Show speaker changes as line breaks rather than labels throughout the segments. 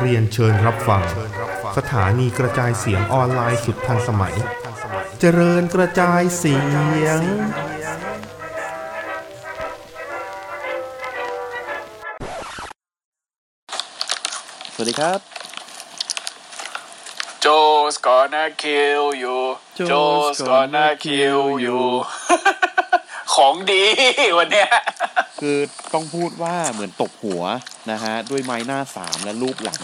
เรียนเชิญรับฟัง สถานีกระจายเสียงออนไลน์สุดทันสมัย เจริญกระจายเสียง
สวัสดีครับ
Joe's gonna kill you
Joe's
Joe's gonna
gonna kill
kill
you
you ของดีวันเนี้ย
คือต้องพูดว่าเหมือนตบหัวนะฮะ ด้วยไม้หน้าสามและรูปหลัง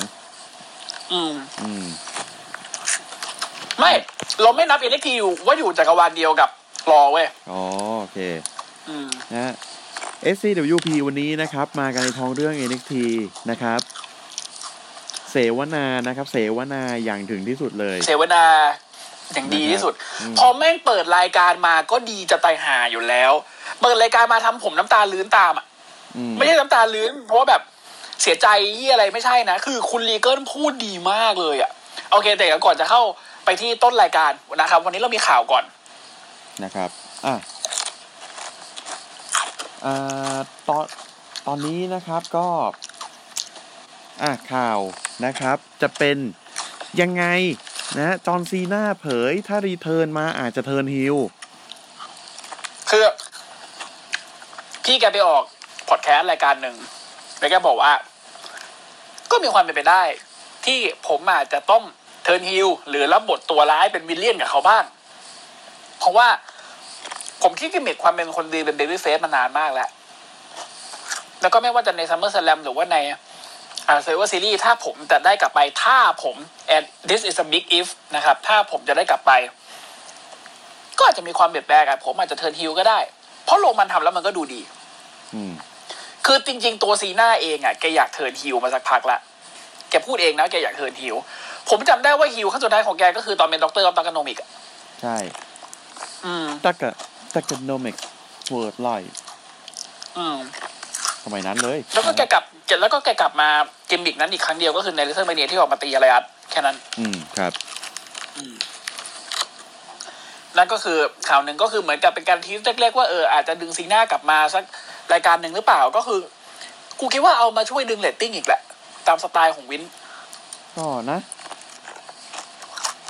อืม
อืม
ไม่ เราไม่นับ NXT อยู่ว่าอยู่จักรวาลเดียวกับรอเว้ย
อ๋อ โอเค
อืม
นะฮะ SCWP วันนี้นะครับ มากันในท้องเรื่อง NXT นะครับ เสวนานะครับ เสวนาอย่างถึงที่สุดเลย
เสวนาอย่างดีที่สุด พอแม่งเปิดรายการมาก็ดีจะตายหาอยู่แล้ว เปิดรายการมาทำผมน้ำตาลื้นตามอ่ะ
อืม
ไม่ใช่น้ำตาลื้น เพราะว่าแบบเสียใจยี่อะไรไม่ใช่นะ คือคุณลีเกิลพูดดีมากเลยอ่ะ โอเค แต่ก่อนจะเข้าไปที่ต้นรายการนะครับ วันนี้เรามีข่าวก่อน
นะครับ อ่ะอ่าตอน ตอนนี้นะครับก็ อ่ะข่าวนะครับ จะเป็นยังไงนะจอห์นซีน่าเผย ถ้ารีเทิร์นมาอาจจะเทิร์นฮิล
คือพี่แกไปออกพอดแคสต์รายการหนึ่งแล้วแกบอกว่า ก็มีความเป็นไปได้ ที่ผมอาจจะต้องเทิร์นฮิลหรือรับบทตัวร้ายเป็นวิลเลียนกับเขาบ้าง เพราะว่า ผมคิดกิมมิคความเป็นคนดีเป็นเบบี้เฟสมานานมากแล้ว แล้วก็ไม่ว่าจะในซัมเมอร์สแลมหรือว่าในอ่าเซเวอร์ซีรีส์ถ้าผมจะได้กลับไป ถ้าผม and this is a big if นะครับ ถ้าผมจะได้กลับไป ก็อาจจะมีความเปลี่ยนแปลงอะผมอาจจะเทิร์นฮิลก็ได้ เพราะโรมันทำแล้วมันก็ดูดี
อืม
คือจริง ๆ ตัวซีน่าเองอะแกอยากเทิร์นฮิลมาสักพักละแกพูดเองนะแกอยากเทิร์นฮิลผมจำได้ว่าฮิลขั้นสุดท้ายของแกก็คือตอนเป็นด็อกเตอร์ออฟตักโนมิกอะ
ใช่
อืม
ตักกะตักกะโนมิกเวิร์ดไลท์
อืม
สมัยนั้นเลย
แล้วก็แกกลับแล้วก็แกกลับมาเกมบิกนั้นอีกครั้งเดียวก็คือในเลเซอร์เมเนียที่ออกมาตีอะไรอัดแค่นั้น
อืม ครับ
นั่นก็คือข่าวหนึ่งก็คือเหมือนกับเป็นการทีสเล็กๆว่าเอออาจจะดึงซีน่ากลับมาสักรายการหนึ่งหรือเปล่าก็คือ กูคิดว่าเอามาช่วยดึงเรตติ้งอีกแหละ ตามสไตล์ของวิน
ก็นะ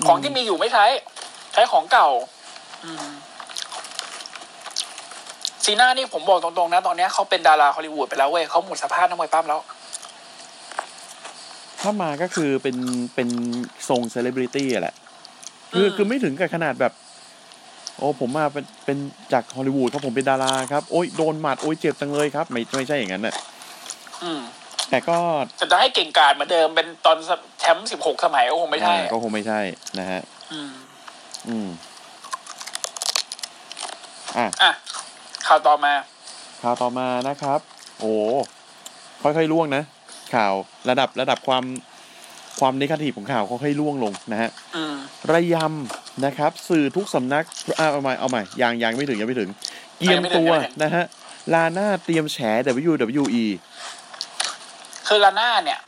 ของที่มีอยู่ไม่ใช้ ใช้ของเก่าอืมซีน่านี่ผมบอกตรงๆนะ ตอนเนี้ยเขาเป็นดาราฮอลลีวูดไปแล้วเว้ยเขาหมดสภาพนักมวยปั้มแล้ว
ถ้ามาก็คือเป็นเป็นทรงเซเลบริตี้แหละ คือ
อืม
คือไม่ถึงกับขนาดแบบ โอ้ผมมาเป็นเป็นจากฮอลลีวูดครับผมเป็นดาราครับ โอ้ยโดนหมัด โอ้ยเจ็บจังเลยครับ ไม่ไม่ใช่อย่างนั้นน่ะ
อืม
แต่ก็
แต่จะให้เก่งกาจเหมือนเดิมเป็นตอนแชมป์สิบหกสมัยก็คงไม่ใช่
อ่าก็คงไม่ใช่นะฮะ
อืม
อืม อ่ะ
อ่ะข่าวต่อมา
ข่าวต่อมานะครับ โอ้ค่อยๆล่วงนะ ข่าวระดับระดับความความนิคทีฟของข่าวค่อยๆล่วงลงนะฮะ
อืม
ระยำนะครับ สื่อทุกสำนักอ่ะเอาใหม่เอาใหม่ยังยังไม่ถึงยังไม่ถึง เกียม
ยังไม่ถึง
ตัว
ยังไม่ถึง
นะฮะ ลาน่าเตรียมแฉ WWE
คือลาน่าเนี่ย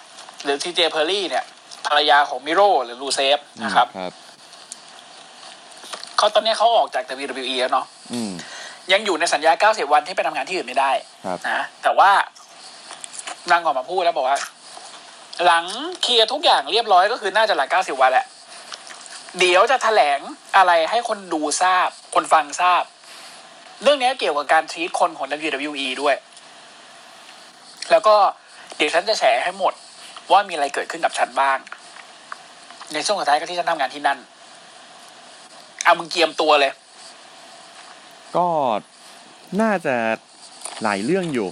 หรือทีเจเพอร์รี่เนี่ย ภรรยาของมิโรหรือลูเซฟนะครับ
ครับ
เขาตอนเนี้ยเขาออกจาก WWE แล้วเนาะ
อืม
ยังอยู่ในสัญญา 90 วันที่ไปทำงานที่อื่นไม่ได้
ครับ
นะ แต่ว่านางออกมาพูดแล้วบอกว่า หลังเคลียร์ทุกอย่างเรียบร้อยก็คือน่าจะหลัง 90 วันแหละ เดี๋ยวจะแถลงอะไรให้คนดูทราบ คนฟังทราบ เรื่องเนี้ยเกี่ยวกับการทีตคนของ WWE ด้วย แล้วก็เดี๋ยวฉันจะแฉให้หมด ว่ามีอะไรเกิดขึ้นกับฉันบ้าง ในช่วงสุดท้ายก็ที่ฉันทำงานที่นั่นเอามึงเกรียมตัวเลย
ก็น่าจะหลายเรื่องอยู่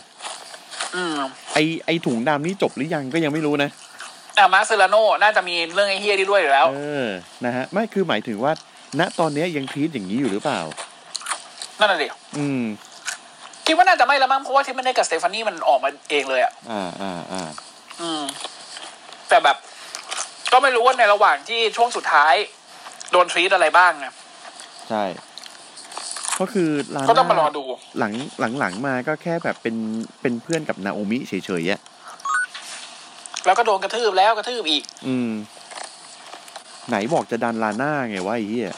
อืม
ไอไอถุงดำนี่จบหรือยังก็ยังไม่รู้นะ
อ่ะมาร์คเซลาโน่น่าจะมีเรื่องไอ้เฮียนี่ด้วยอยู่แล้ว
เออ นะฮะ ไม่คือหมายถึงว่า ณตอนเนี้ยยังทีตอย่างนี้อยู่หรือเปล่า
นั่นน่ะดิ
อืม
คิดว่าน่าจะไม่ละมั้งเพราะว่าที่มันได้กับสเตฟานี่มันออกมาเองเลยอ่ะ
อ่าอ่าอ่า
อืม แต่แบบ ก็ไม่รู้ว่าในระหว่างที่ช่วงสุดท้าย โดนทรีตอะไรบ้างนะ
ใช่ ก็คือลาน่า
ก็ต้องมารอดู
หลังหลังหลังมาก็แค่แบบเป็นเป็นเพื่อนกับนาโอมิเฉยๆอ่ะ
แล้วก็โดนกระทืบแล้วกระทืบอีก
อืม ไหนบอกจะดันลาน่าไงวะไอ้เหี้ย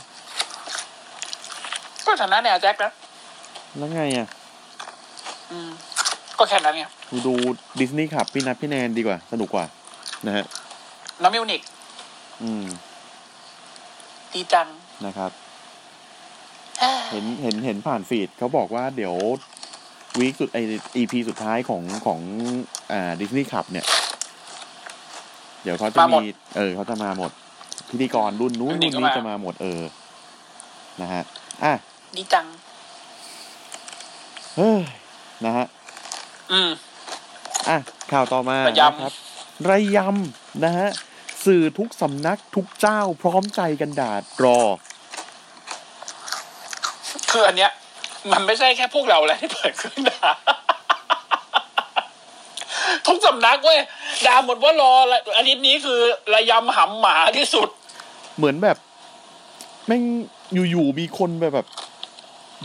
ก็ชนะเนี่ยแจ็คนะ
แล้วไงอ่ะ
อืม ก็แค่นั้นไง
กูดูดิสนีย์ขับพี่นัทพี่แนนดีกว่า สนุกกว่า นะฮะ
น้องมิวนิก
อืม
ดีจัง
นะครับ เห็นเห็นเห็นผ่านฟีดเขาบอกว่าเดี๋ยววีคสุดไออีพีสุดท้ายของของอ่าดิสนีย์ขับเนี่ย เดี๋ยวเขาจะ
มาหมด
มี เออเขาจะมาหมด พิธีกรรุ่นนู้น
รุ่นนี้
รุ่น
ก็
นี้
มา
จะมาหมดเออ นะฮะ อ่ะ
ดีจัง
เฮ้ย นะฮะ
อืม
อ่ะ ข่าวต่อมา
ระยำ
นะครับระยำนะฮะ สื่อทุกสำนักทุกเจ้าพร้อมใจกันด่ารอ
คืออันเนี้ย มันไม่ใช่แค่พวกเราแหละ ที่เปิดเครื่องด่า ทุกสำนักเว้ยด่าหมดว่ารอละอาทิตย์นี้คือระยำหำหมาที่สุด
เหมือนแบบแม่งอยู่ๆมีคนแบบแบบ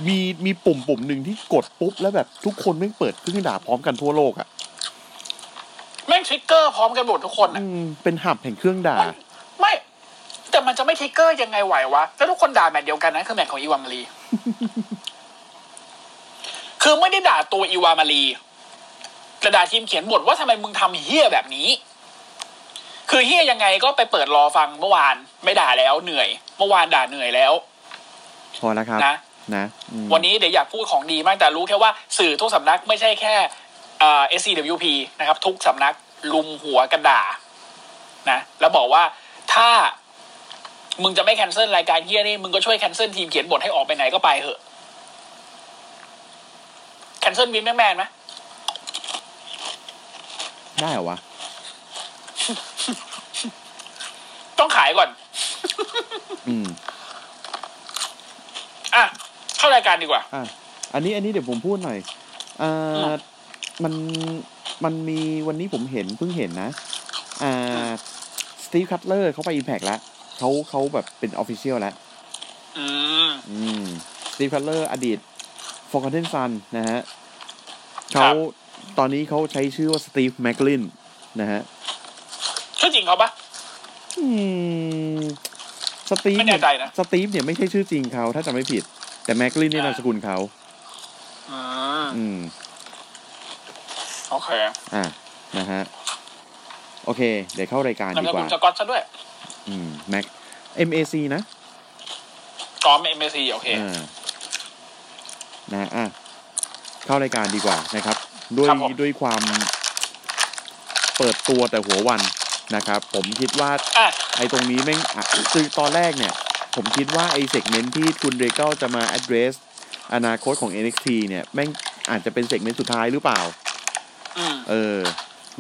มีมีปุ่มปุ่มหนึ่งที่กดปุ๊บ แล้วแบบทุกคนแม่งเปิดเครื่องด่าพร้อมกันทั่วโลกอะ
แม่งทริกเกอร์พร้อมกันหมดทุกคนอะ
อืมเป็นหับแห่งเครื่องด่า
ไม่ แต่มันจะไม่ทริกเกอร์ยังไงไหววะแล้วทุกคนด่าแมทเดียวกันนะคือแมทของอีวามารี คือไม่ได้ด่าตัวอีวามารีแต่ด่าทีมเขียนบทว่าทำไมมึงทำเฮี้ยแบบนี้ คือเฮี้ยยังไงก็ไปเปิดรอฟังเมื่อวาน ไม่ด่าแล้วเหนื่อย เมื่อวานด่าเหนื่อยแล้ว
พอแล้วครับ
นะ
นะอืม
วันนี้เดี๋ยวอยากพูดของดีมากแต่รู้แค่ว่าสื่อทุกสำนักไม่ใช่แค่เอ่อ SCWP นะครับ ทุกสำนักลุมหัวกันด่านะ แล้วบอกว่าถ้ามึงจะไม่แคนเซิลรายการเฮียนี่ มึงก็ช่วยแคนเซิลทีมเขียนบทให้ออกไปไหนก็ไปเหอะแคนเซิลวินแม่แมนไหม
ได้เหรอวะ
ต้องขายก่อน
อืม
อ่ะ เข้ารายการดีกว่า
อ่ะอันนี้อันนี้เดี๋ยวผมพูดหน่อยเอ่อ
ครับ
มันมันมีวันนี้ผมเห็นเพิ่งเห็นนะ อ่าสตีฟคัตเลอร์เขาไปอิมแพกแล้วเขาเขาแบบเป็นออฟฟิเชียลแล้ว
อืม
อืมสตีฟคัตเลอร์อดีตฟอร์ t เทนซันนะฮะ
ครั
เขา
บ
ตอนนี้เขาใช้ชื่อว่าสตีฟแม c ลินนะฮะ
ชื่อจริงเขาปะ
อืมสตีฟ
ไม่แน่ใจนะ
สตีฟเนี่ยไม่ใช่ชื่อจริงเขาถ้าจำไม่ผิด แต่แม c ลินเนี่ย
อ่า
นามสกุลเขา
อืม
อืม
โอเค
อ่ะนะฮะ โอเค เดี๋ยวเข้ารายการ
นาม
ดีก
สกุล
ว่า
สกอตซะด้วย
อืมแม็ก MAC นะ
อ๋อเอ็มเอซีโอเค
อ่านะฮะอ่ะเข้ารายการดีกว่านะครับ ด้วย
ครับผม
ด้วยความเปิดตัวแต่หัววันนะครับ ผมคิดว่า
อ่ะ
ไอ้ตรงนี้แม่งอ่ะคือตอนแรกเนี่ย ผมคิดว่าไอ้เซกเมนที่คุณเรเกลจะมา address อนาคตของ NXT เนี่ยแม่งอาจจะเป็นเซกเมนต์สุดท้ายหรือเปล่า
อืม
เออ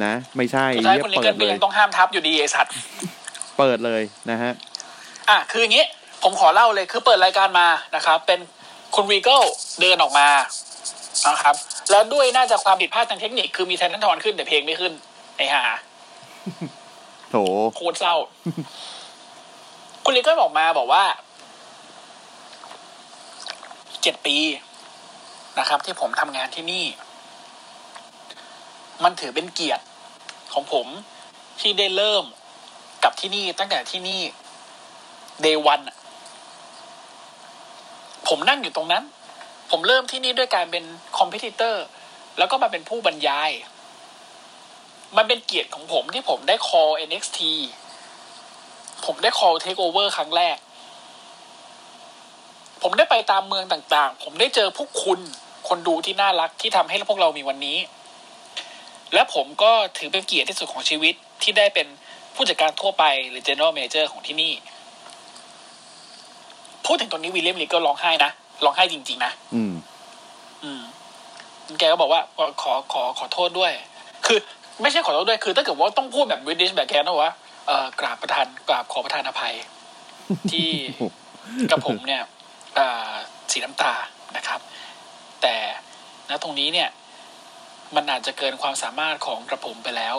นะ ไม่ใช่
สุดท้าย
เหี้ย
คุณลิ
เปิ
เกิ
ด
ลก็
เลย
ยังต้องห้ามทับอยู่ดีไอสัตว์
เปิดเลยนะฮะ
อ่ะคืออย่างนี้ ผมขอเล่าเลยคือเปิดรายการมานะครับ เป็นคุณวีเกิลเดินออกมานะครับ แล้วด้วยน่าจะความผิดพลาดทางเทคนิคคือมีแทนทันทอนขึ้นแต่เพลงไม่ขึ้น ไอ้ห่า
โถ
โคตรเศร้า คุณลีเกิลออกมาบอกว่าเจ็ดปีนะครับ ที่ผมทำงานที่นี่ มันถือเป็นเกียรติของผมที่ได้เริ่มกับที่นี่ตั้งแต่ที่นี่ day one อะผมนั่งอยู่ตรงนั้น ผมเริ่มที่นี่ด้วยการเป็นคอมเพติเตอร์ แล้วก็มาเป็นผู้บรรยาย มันเป็นเกียรติของผมที่ผมได้ call NXT ผมได้ call takeover ครั้งแรก ผมได้ไปตามเมืองต่างๆ ผมได้เจอพวกคุณ คนดูที่น่ารักที่ทำให้พวกเรามีวันนี้ และผมก็ถือเป็นเกียรติที่สุดของชีวิตที่ได้เป็นผู้จัดการทั่วไปหรือ general manager ของที่นี่ พูดถึงตรงนี้วิลเลียมลีก็ร้องไห้นะร้องไห้จริงๆนะ
อืม
อืมแกก็บอกว่าขอขอขอโทษด้วย คือ ไม่ใช่ขอโทษด้วย คือถ้าเกิดว่าต้องพูดแบบวิดิชแบบแกนะวะเอ่อกราบประทานกราบขอประทานอภัย ที่ กับผมเนี่ยเอ่อสีน้ำตานะครับ แต่ณตรงนี้เนี่ย มันอาจจะเกินความสามารถของกระผมไปแล้ว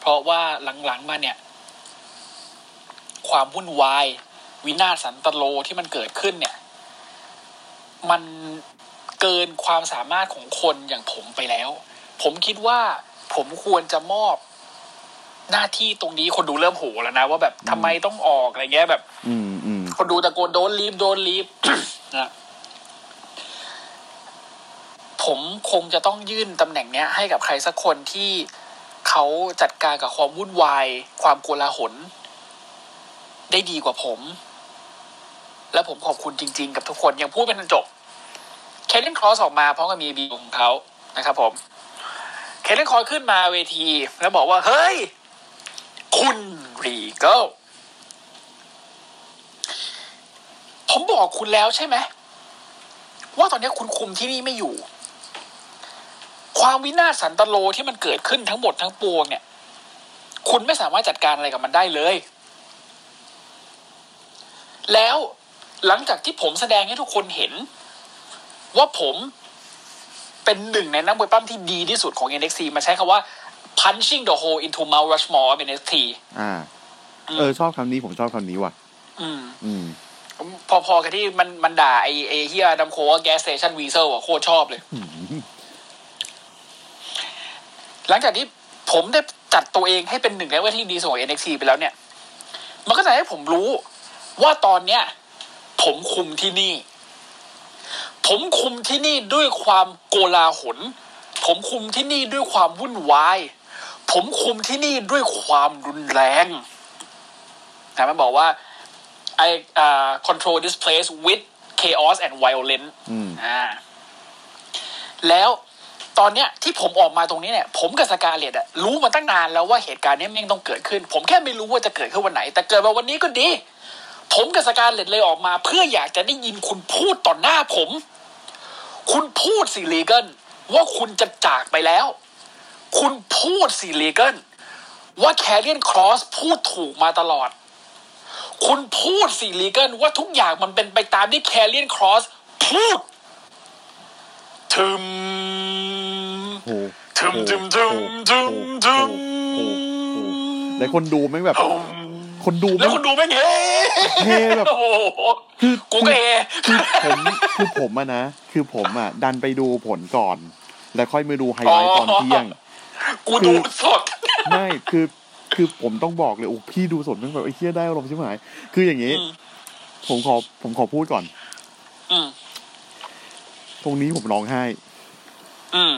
เพราะว่าหลังๆมาเนี่ย ความวุ่นวาย วินาศสันตโลที่มันเกิดขึ้นเนี่ย มันเกินความสามารถของคนอย่างผมไปแล้ว ผมคิดว่าผมควรจะมอบ หน้าที่ตรงนี้คนดูเริ่มโหแล้วนะ ว่าแบบทำไมต้องออกอะไรเงี้ยแบบ
อืมอืม
คนดูตะโกนโดนลีฟโดนลีฟ นะ ผมคงจะต้องยื่นตำแหน่งเนี้ยให้กับใครสักคนที่เขาจัดการกับความวุ่นวาย ความโกลาหล ได้ดีกว่าผม และผมขอบคุณจริง ๆ กับทุกคนยังพูดเป็นจบ เคเลนครอสออกมาพร้อมกับมีบีของเขานะครับผม เคเลนครอสขึ้นมาเวที แล้วบอกว่า เฮ้ย คุณรีเกลผมบอกคุณแล้วใช่ไหม ว่าตอนนี้คุณคุมที่นี่ไม่อยู่ ความวินาศสันตโลที่มันเกิดขึ้นทั้งหมดทั้งปวงเนี่ย คุณไม่สามารถจัดการอะไรกับมันได้เลย แล้วหลังจากที่ผมแสดงให้ทุกคนเห็น ว่าผมเป็นหนึ่งในนักมวยปั้มที่ดีที่สุดของ NXT มาใช้คำว่า punching the hole into Mount Rushmore of NXT
อ่า
อืม
เออ ชอบคำนี้ผมชอบคำนี้ว่ะ
อืม
อืม
พอๆกับที่มันมันด่าไอไอเฮียดัมโคว่าแกสเตชันวีเซลอะโคตรชอบเลย หลังจากที่ผมได้จัดตัวเองให้เป็นหนึ่งในเว่าที่ดีสำหรับ NXT ไปแล้วเนี่ย มันก็จะให้ผมรู้ว่าตอนเนี้ย ผมคุมที่นี่ ผมคุมที่นี่ด้วยความโกลาหล ผมคุมที่นี่ด้วยความวุ่นวาย ผมคุมที่นี่ด้วยความรุนแรงนะมันบอกว่า I uh, control this place with chaos and violence
อืม
อ่าแล้วตอนเนี้ยที่ผมออกมาตรงนี้เนี่ย ผมกับสกาเลตอะรู้มาตั้งนานแล้วว่าเหตุการณ์เนี้ยแม่งต้องเกิดขึ้น ผมแค่ไม่รู้ว่าจะเกิดขึ้นวันไหน แต่เกิดมาวันนี้ก็ดี ผมกับสกาเลตเลยออกมา เพื่ออยากจะได้ยินคุณพูดต่อหน้าผม คุณพูดสิลีเกิลว่าคุณจะจากไปแล้ว คุณพูดสิลีเกิลว่าแคเรียนครอสพูดถูกมาตลอด คุณพูดสิลีเกิลว่าทุกอย่างมันเป็นไปตามที่แคเรียนครอสพูด ถึม
โห
ถึมถึมถึมถึมถึม
แล้วคนดูแม่งแบบ คนดู
แล้
แม่
ว
ง
คุณดูแม่งเฮ้
เท่แบบ
โอ้โห
คือ
กูก็เฮ
คือผมคือผมอะนะ คือผมอะดันไปดูผลก่อน แล้วค่อยมาดูไฮไลท์ตอนเที่ยง
กูดูสด
ไม่คือคือผมต้องบอกเลยโอ้พี่ดูสดมันแบบไอ้เชี่ยได้อารมณ์ใช่ไหมคืออย่างนี้
อืม
ผมขอผมขอพูดก่อน
อืม
ตรงนี้ผมร้องไห้
อืม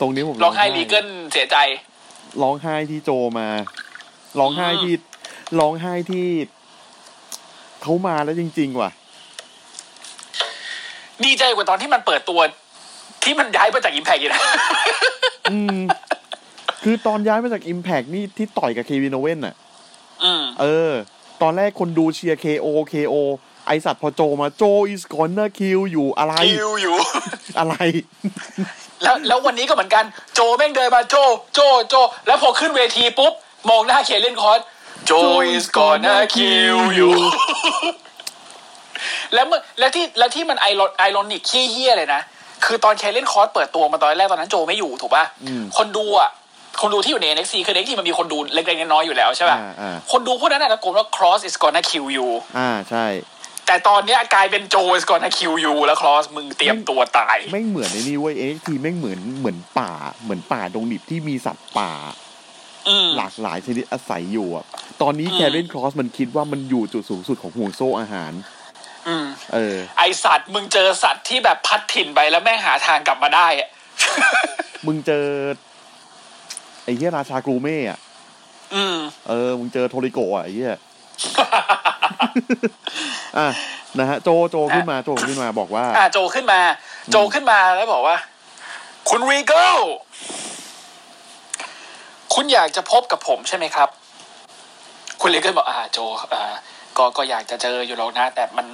ตรงนี้ผม
ร้องไห้ลีเกิลเสียใจ
ร้องไห้ที่โจมาร้องไห้ที่ร้องไห้ที่เขามาแล้วจริง ๆ ว่ะ
ดีใจกว่าตอนที่มันเปิดตัว ที่มันย้ายไปจากอิมแพกอีกนะ
อืม คือตอนย้ายมาจากอิมแพกนี่ที่ต่อยกับเควินโอเว่นน่ะ
อืม
เออ ตอนแรกคนดูเชียร์ KO KO ไอสัตว์พอโจมาโจ is gonna kill อยู่อะไร
คิวอยู่
อะไร
แล้วแล้ววันนี้ก็เหมือนกันโจแม่งเดินมาโจโจโจ แล้วพอขึ้นเวทีปุ๊บ มองหน้าเขียนเล่นคอร์สโจ is gonna kill you แล้วเมื่อแล้วที่แล้วที่มันไอรอนไอรอนิกขี้เฮี้ยเลยนะ คือตอนแคเล่นคอร์สเปิดตัวมาตอนแรกตอนนั้นโจไม่อยู่ถูกป่ะ
อืม
คนดูอ่ะ คนดูที่อยู่ใน NXT คือ NXT มันมีคนดูเล็กๆน้อยๆอยู่แล้วใช่ป่ะ
อ่าอ่า
คนดูพวกนั้นน่ะตะโกนว่า cross is gonna kill you
อ่าใช่
แต่ตอนเนี้ยกลายเป็นโจ is gonna kill you แล้ว cross มึงเตรียมตัวตาย
ไม่งเหมือนในนี้เว้ย NXT ไม่งเหมือนเหมือนป่า เหมือนป่าดงดิบที่มีสัตว์ป่า
อืม
หลากหลายชนิดอาศัยอยู่อะตอนนี้
อืม
แคเรนครอสมันคิดว่ามันอยู่จุดสูงสุดของห่วงโซ่อาหาร
อืม
เออ
ไอสัตว์ มึงเจอสัตว์ที่แบบพัดถิ่นไปแล้วแม่งหาทางกลับมาได้ อะ
มึงเจอ ไอ้เหี้ยราชากรูเม่อะ
อืม
เออ มึงเจอโทริโกะอะไอ้เหี้ย อ่ะนะฮะ โจโจขึ้นมาโจขึ้นมาบอกว่า
อ่าโจขึ้นมา โจขึ้นมาแล้วบอกว่า คุณรีเกลคุณอยากจะพบกับผมใช่ไหมครับ คุณรีเกลบอกอ่าโจอ่าก็ก็อยากจะเจออยู่แล้วนะ แต่มัน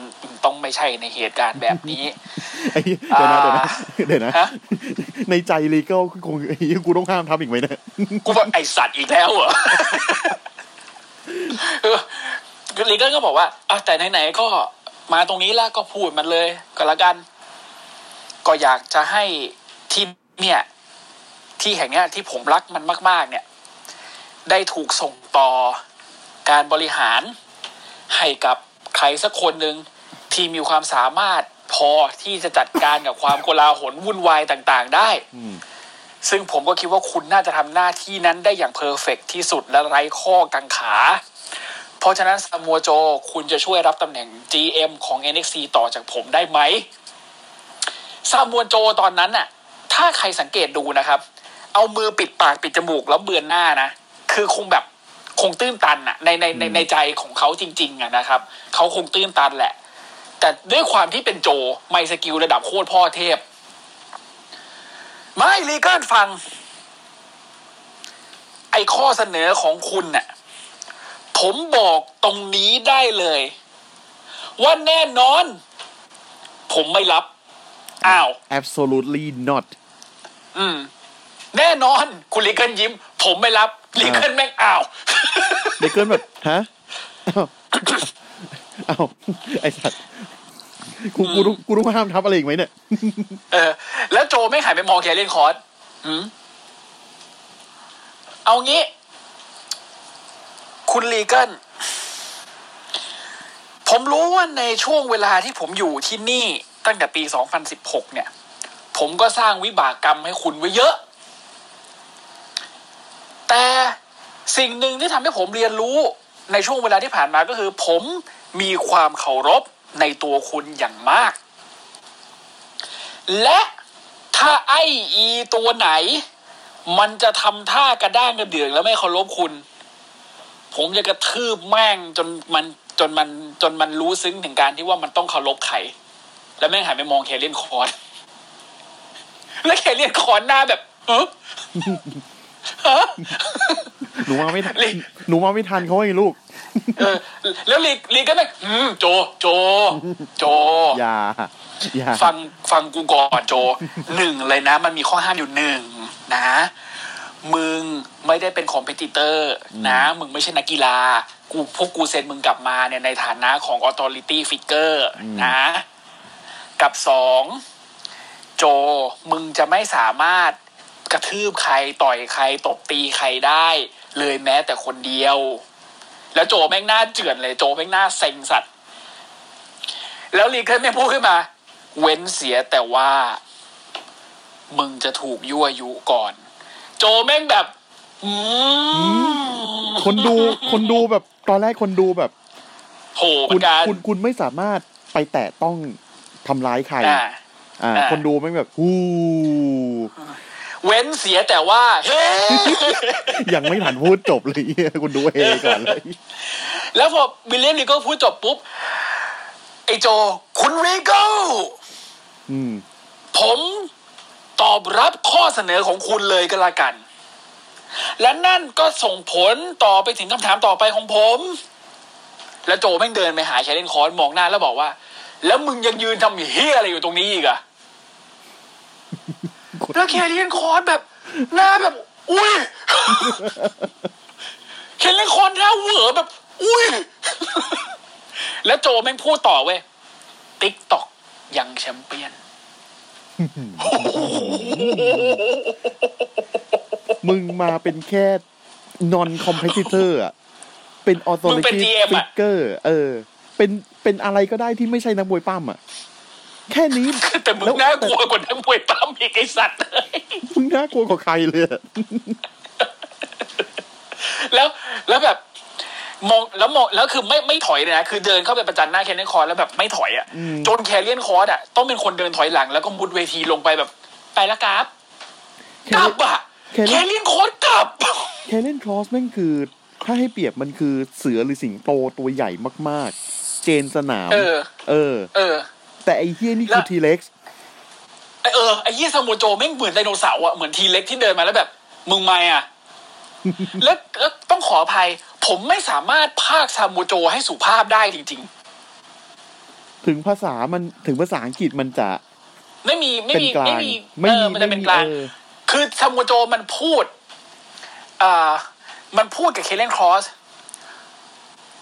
ต้องไม่ใช่ในเหตุการณ์แบบนี้
ไอ้เหี้ยเดี๋ยวนะเดี๋ยวนะ
อ่า
เดี๋ยวนะ
ฮะ
ในใจลีเกลคงไอ้เหี้ยกูต้องห้ามทำอีกไหมเนี่ย
กูบอกไอสัตว์อีกแล้วเหรอ ลิงเกิลก็บอกว่าอ่ะแต่ไหนๆก็มาตรงนี้แล้วก็พูดมันเลยก็แล้วกัน ก็อยากจะให้ที่เนี่ย ที่แห่งเนี้ยที่ผมรักมันมาก ๆ เนี่ย ได้ถูกส่งต่อการบริหาร ให้กับใครสักคนหนึ่งที่มีความสามารถพอที่จะจัดการกับความโกลาหลวุ่นวายต่าง ๆ ได้
อืม
ซึ่งผมก็คิดว่าคุณน่าจะทำหน้าที่นั้นได้อย่างเพอร์เฟกที่สุดและไร้ข้อกังขา เพราะฉะนั้นซามัวโจคุณจะช่วยรับตำแหน่ง GM ของ NXT ต่อจากผมได้ไหมซามัวโจตอนนั้นน่ะท ถ้าใครสังเกตดูนะครับ เอามือปิดปากปิดจมูกแล้วเบือนหน้านะ คือคงแบบคงตื้นตันอะในในในในใจของเขาจริง ๆอะนะครับ เขาคงตื้นตันแหละ แต่ด้วยความที่เป็นโจไมสกิลระดับโคตรพ่อเทพ ไม่ลีเกิลฟัง ไอข้อเสนอของคุณน่ะ ผมบอกตรงนี้ได้เลย ว่าแน่นอน ผมไม่รับ อ้าว
absolutely not
อืม แน่นอน คุณลีเกิลยิ้ม ผมไม่รับลีเกิลแม่งอ้าว
เด็กเกินแบบ ฮะอ้าว อ้าวไอสัตว์กูกูรู้กูรู้ว่าห้ามทับอะไรอีกไหมเนี่ย
เออ แล้วโจไม่งหันไปมองแคเรียนคอร์สหืมเอางี้ คุณลีเกิลผมรู้ว่าในช่วงเวลาที่ผมอยู่ที่นี่ตั้งแต่ปี 2016 เนี่ย ผมก็สร้างวิบากกรรมให้คุณไว้เยอะ แต่สิ่งหนึ่งที่ทำให้ผมเรียนรู้ในช่วงเวลาที่ผ่านมาก็คือ ผมมีความเคารพในตัวคุณอย่างมาก และถ้าไออีตัวไหน มันจะทำท่ากระด้างกระเดื่องแล้วไม่เคารพคุณ ผมจะกระทืบแม่งจนมันจนมันจนมันรู้ซึ้งถึงการที่ว่ามันต้องเคารพใครแล้วแม่งหันไปมองเคเลียนคอน แล้วเคเลียนคอนหน้าแบบเออ
หนูมาไม่ทัน
ลิ
หนูมาไม่ทันเขาไอ้ลูก
เออแล้วลีลีก็แบบอืมโจ โจ โจ
อย่า อย่า
ฟังฟังกูก่อนโจ หนึ่งเลยนะ มันมีข้อห้ามอยู่หนึ่งนะ มึงไม่ได้เป็นคอมเพติเตอร์นะ มึงไม่ใช่นักกีฬา กูพวกกูเซ็นมึงกลับมาเนี่ยในฐานะของออ t h ริตี้ฟิกเกอร์
อืม
นะ กับสองโจมึงจะไม่สามารถกระทืบใครต่อยใครตบตีใครได้ เลยแม้แต่คนเดียว แล้วโจแม่งหน้าเจือนเลยโจแม่งหน้าเซ็งสัตว์ แล้วลีเคิลไม่งพูดขึ้นมา เว้นเสียแต่ว่า มึงจะถูกยั่วยุก่อน โจแม่งแบบ อืม
คนดู คนดูแบบ ตอนแรกคนดูแบบ
โหเหมื
คุ
อ
ณ
นกัน
คุณคุณไม่สามารถไปแตะต้องทำร้ายใคร
อ่า
อ่า
อ่า
คนดูไม่งแบบฮู้
เว้นเสียแต่ว่า เฮ้
ยังไม่ทันพูดจบเลยเหี้ยคุณดูเฮก่อนเลย
แล้วพอวิลเลียมลีโก้พูดจบปุ๊บ ไอโจ คุณรีโก้
อืม
ผมตอบรับข้อเสนอของคุณเลยก็แล้วกัน และนั่นก็ส่งผลต่อไปถึงคำถามต่อไปของผม แล้วโจแม่งเดินไปหาชายเล่นคอนมองหน้าแล้วบอกว่า แล้วมึงยังยืนทำเฮียอะไรอยู่ตรงนี้อีกอะแล้วแคเรียนคอนแบบหน้าแบบ อุ้ยแคเรียนคอนหน้าเหวอแบบ อุ้ย แล้วโจแม่งพูดต่อเว้ยติ๊กตอกยังแชมเปี้ยน
มึงมาเป็นแค่ non competitor อ่ะ เป็น
มึงเป็น
authority
GM อะ
figure เออ เป็น เป็นอะไรก็ได้ที่ไม่ใช่นักมวยปั้มอ่ะ แค่นี้
แต่มึงน่ากลัวกว่านักมวยปั้มอีกไอสัตว์ เลย
มึงน่ากลัวกว่าใครเลยอะ
แล้วแล้วแบบมองแล้วมองแล้วคือไม่ไม่ถอยเลยนะ คือเดินเข้าไปประจันหน้าแคเรียนคอร์สแล้วแบบไม่ถอยอะ่ะจนแคเรียนคอร์สอ่ะต้องเป็นคนเดินถอยหลังแล้วก็มุดเวทีลงไปแบบ ไปละกราฟ
แค
กลั
เล่น
บอ่ะ
แคเรี
แค
ยน
เรียนคอร์สกลับ
แคเล่นครอสแม่งคือ ถ้าให้เปรียบมันคือเสือหรือสิงโตตัวใหญ่มากๆ เจนสนาม
เออ
เออ
เออ
แต่ไอ้เฮี้ยนี่คือ
แล้ว
ทีเล็กซ์
ไอ้เออไอ้เหี้ยซามูโจแม่งเหมือนไดโนเสาร์อ่ะเหมือนทีเล็กที่เดินมาแล้วแบบ มึงมาอ่ะ แล้วแล้วต้องขออภัย ผมไม่สามารถพากย์ซามูโจให้สุภาพได้จริง ๆ
ถึงภาษามันถึงภาษาอังกฤษมันจะ
ไม่มีไม่
เป็
มี
นกลาง
ไม่มี
ไม่
เอ
มี
อมันจะเป็นกลาง
ไม่มีเออ
คือซามูโจมันพูดอ่ามันพูดกับเคเลนครอส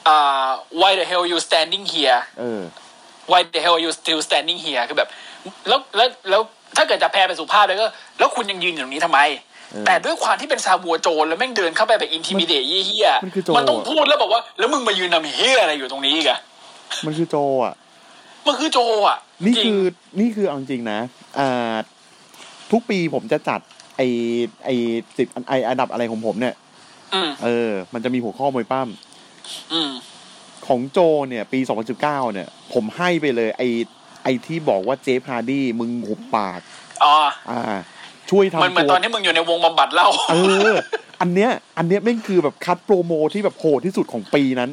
อ่า why the hell you standing here
เออ
why the hell you still standing here คือแบบแล้วแล้วแล้วถ้าเกิดจะแปลเป็นสุภาพเลยก็ แล้วคุณยังยืนอยู่ตรงนี้ทำไม
เออ
แต่ด้วยความที่เป็นซาบัวโจรแล้วแม่งเดินเข้าไปแบบอินทิมิเดตเฮีย
มันคือโจร
มันต้องพูดแล้วบอกว่า แล้วมึงมายืนทำเฮียอะไรอยู่ตรงนี้อีกอะ
มันคือโจอ่ะ
มันคือโจรอะ
นี่
จริ
คื
ง
อนี่คือเอาจริงนะอ่าทุกปีผมจะจัดไอไอสิบไออันดับอะไรของผมเนี่ย
อืม
เออ มันจะมีหัวข้อมวยปั้ม
อืม
ของโจเนี่ย ปี 2019 เนี่ย ผมให้ไปเลย ไอไอที่บอกว่าเจฟฮาร์ดี้มึงหุบปาก
อ๋อ
อ่า ช่วยทำ
มันเหมือน
ตัว
ตอนที่มึงอยู่ในวงบำบัดเหล้า
เออ อันเนี้ย อันเนี้ยแม่งคือแบบคัดโปรโมที่แบบโหดที่สุดของปีนั้น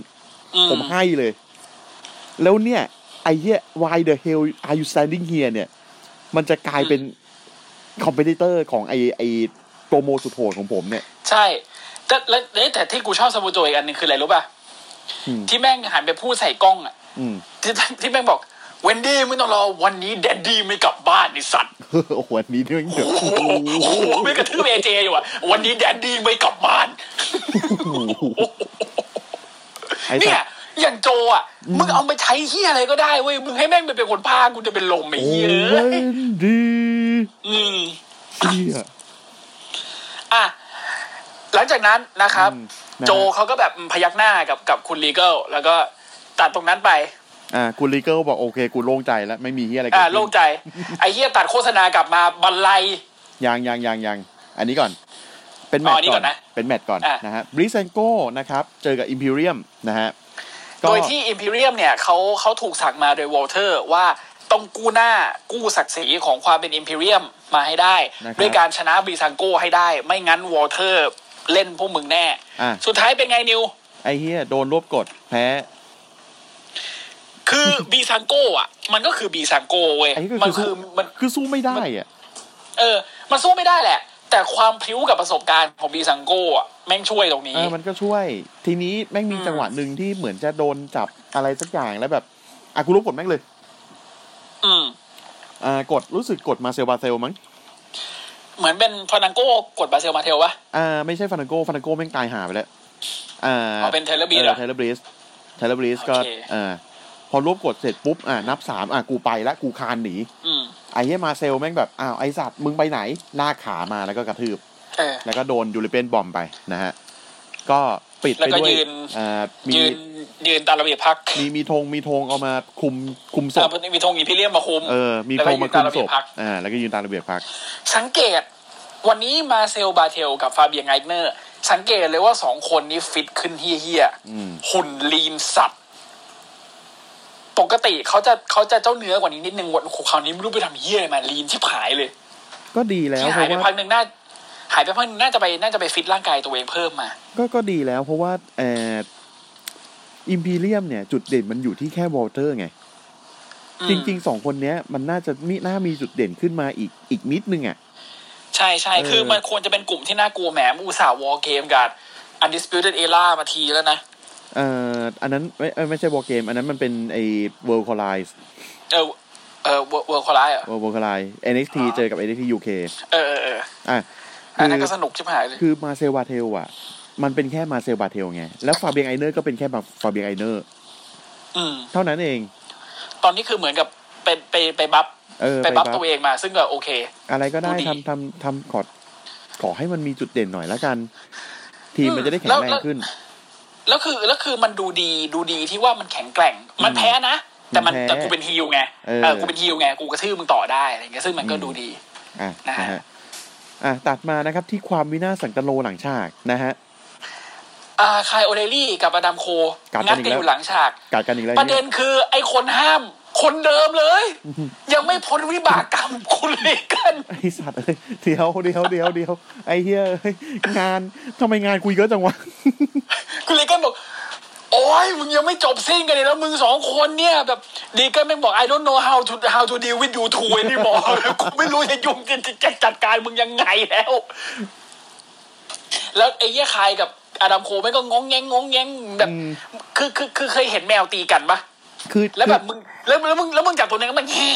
ม
ผมให้เลย แล้วเนี่ย ไอ้เหี้ย why the hell are you standing here เนี่ย มันจะกลายเป็นคอมเพ t i เตอร์ของไอ้ไอ้โปรโมสุดโหดของผมเนี่ย
ใช่แต่แล้วเอ๊ะแต่ที่กูชอบซาบูโจอีกอันหนึงคืออะไรรู้ป่ะ
อืม
ที่แม่งหันไปพูดใส่กล้องอ่ะ
อืม
ที่ที่แม่งบอกเวนดี้ไม่ต้องรอวันนี้แดดดี้ไม่กลับบ้านไอสัตว์
โอ้โหอันนี้ด้วยเดี๋ยว
โอ้โหโอ้โหไม่งกระทืบเอเจอยู่อ่ะวันนี้แดดดี้ไม่กลับบ้าน
ไอ้
เนี่
สั
ย
ตว์
อย่างโจอ่ะ มึงเอาไปใช้เฮียอะไรก็ได้เว้ย มึงให้แม่งไปเป็นคนพากูจะเป็นลมไอ้
โอ้
เฮีย
เว้นดี
อืม
เชี่ย
อ่ะหลังจากนั้นนะครับ
อืมนะฮะ
โจเขาก็แบบพยักหน้ากับกับคุณลีเกลแล้วก็ตัดตรงนั้นไป
อ่ากูลีเกิลบอกโอเค กูโล่งใจแล้ว ไม่มีเฮียอะไรเกิด
อ่า
ขึ้น
โล่งใจ ไอ้เฮียตัดโฆษณากลับมาบรรลัย
ยังยังยังยังอันนี้ก่อน เป็นแมต
อ๋ออั
ช์
นนี้
ก่
ก่
อ
อน นนะ
เป็นแมตช์ก่อน
อ่ะ
นะฮะบริซันโก้นะครับ เจอกับอิมพีเรียมนะฮะ
โดยที่อิมพีเรียมเนี่ยเขาเขาถูกสั่งมาโดยวอลเทอร์ว่าต้องกู้หน้ากู้ศักดิ์ศรีของความเป็นอิมพีเรียมมาให้ได้
นะครับ
ด้วยการชนะบีซังโก้ให้ได้ ไม่งั้นวอลเทอร์เล่นพวกมึงแน่
อ่ะ
สุดท้ายเป็นไงนิว
ไอ้เฮียโดนรวบกดแพ้
คือ บีซังโก้อะมันก็คือบีซังโก้เว้ย
ไอ้ก็คือ
มันคือมัน
คือสู้ไม่ได้อ่ะ
เออ มันสู้ไม่ได้แหละ แต่ความพลิ้วกับประสบการณ์ของบีซังโก้อะแม่งช่วยตรงนี้
เออ มันก็ช่วย ทีนี้แม่งมี
อืม
จังหวะหนึ่งที่เหมือนจะโดนจับอะไรสักอย่างแล้วแบบอ่ะกูรวบกดแม่งเลย
อืม
อ่ากดรู้สึกกดมาเซลบาเซลมั้ง
เหมือนเป็นฟอนังโก้กดบาเซลมาเทลวะ
อ่าไม่ใช่ฟันโกฟันโกแม่งตายหาไปแล้วอ่า
อ๋อเป็น Taylor Breeze
อ
เหรอ
อ Taylor Breeze Taylor Breeze ก็
โอเค
อ่าพอรวบกดเสร็จปุ๊บอ่านับสามอ่ะกูไปละกูคานหนี
อืม
ไอ้เฮียมาเซลแม่งแบบอ้าวไอสัตว์มึงไปไหนลากขามาแล้วก็กระทืบ
เออ
แล้วก็โดนยูริเปียนบอมไปนะฮะ ก็ปิดไป
แล้วก็
ด้วย
ยืน
อ่ามี
ยืนยืนตามระเบียบพัก
มีมีธงมีธงเอามาคุมคุมศ
อ่ะ
พ
มีธงอีพีเรียมมาคุม
เออ มี
แล้ว
ธ
ก็
งมาคุม
ยืนตาม
ศ
ระเบีย
พ
บพรรค
อ่า แล้วก็ยืนตามระเบียบพัก
สังเกตวันนี้มาเซลบาเทลกับฟาเบียนไงเนอร์ สังเกตเลยว่าสองคนนี้ฟิตขึ้นเฮี้ย
อืม
ๆหุ่นลีนสัตว์ ปกติเขาจะเขาจะเจ้าเนื้อกว่านี้นิดนึงวันคราวนี้ไม่รู้ไปทำเฮี้ยอะไรมาลีนชิบหายเลย
ก็ดีแล้ว
ที่
เพ
หาย
ราะ
ไป
ว่า
พักหนึ่งน่าหายไปพักหนึ่งน่าจะไปน่าจะไปฟิตร่างกายตัวเองเพิ่มมา
ก็ก็ดีแล้ว เพราะว่าเอ่ออิมพีเรียมเนี่ย จุดเด่นมันอยู่ที่แค่วอลเตอร์ไง
อืม
จริงๆสองคนเนี้ย มันน่าจะมีน่ามีจุดเด่นขึ้นมาอีกอีกนิดนึงอ่ะ
ใช่ใช่
เออ
คือมันควรจะเป็นกลุ่มที่น่ากลัวแหมอุตส่าห์วอลเกมกับ Undisputed Era มาทีแล้วนะ
เอ่ออันนั้นไม่เอ้ยไม่ใช่วอลเกม อันนั้นมันเป็นไอ้เวิลด์คอลไลส์
เออเออเวิร์คอลไลอ่ะ
เวิลด์คอลไลส์ NXT เจอกับ NXT UK
เออเออเออ
อ่ะ
อันนั้นก็สนุกชิบหายเลย
คือมาเซลบาเทลอ่ะ มันเป็นแค่มาเซลบาเทลไง แล้วฟาเบียงไอเนอร์ก็เป็นแค่แบบฟาเบียงไอเนอร์
อืม
เท่านั้นเอง
ตอนนี้คือเหมือนกับเป็นไปไปบัฟ
เออ
ไป
ไป
บั
บั
ฟ
ฟ
ตัวเองมาซึ่งก็โอเค
อะไรก็ได้
ดูดี
ทำทำทำขอขอให้มันมีจุดเด่นหน่อยละกัน ทีมมันจะได้แข็งแร
แล้ว
ง
แล้ว
ขึ้น
แล้วคือแล้วคือมันดูดีดูดีที่ว่ามันแข็งแกร่ง มันแพ้นะ แต่มัน
มันแพ้
แต่กูเป็นฮิลไง
เออ
เออกูเป็นฮิลไงกูกระทืบมึงต่อได้อะไรเงี้ยซึ่งมันก็ดูดี
อ่ะ
นะฮะ
นะฮะอ่ะตัดมานะครับที่ความวินาศสังกะโลหลังฉากนะฮะ
อ่าคายโอเดลี่กับอดัมโค
กลับกั
งัด
นอีก
กั
แล้ว
นอยู่หลังฉาก
กัดกันอีกแล้ว
ประเด็
เนี่ย
นคือไอ้คนห้าม คนเดิมเลย ยังไม่พ้นวิบากกรรมคุณเลยกัน
ไอสัตว์เอ้ยเดี๋ยวเดี๋ยวเดี๋ยวเดี๋ยวไอเฮียเอ้ยงานทำไมงานคุยเยอะจังวะ
คุณเลยกันบอก โอ้ยมึงยังไม่จบสิ้นกันเลยแล้วมึงสองคนเนี่ย แบบดีกันแม่งบอก I don't know how to how to deal with you two anymore กูไม่รู้จะยุ่งจะจะจะจัดการมึงยังไงแล้ว แล้วไอ้เหี้ยคายกับอดัมโคแม่งก็งงแงงงงแงงแบบ
อืม
คือคือคือเคยเห็นแมวตีกันปะ
คือ
แล้วแบบมึงแล้วแล้วมึงแล้วมึงจับตัวนึงแล้วมันแห่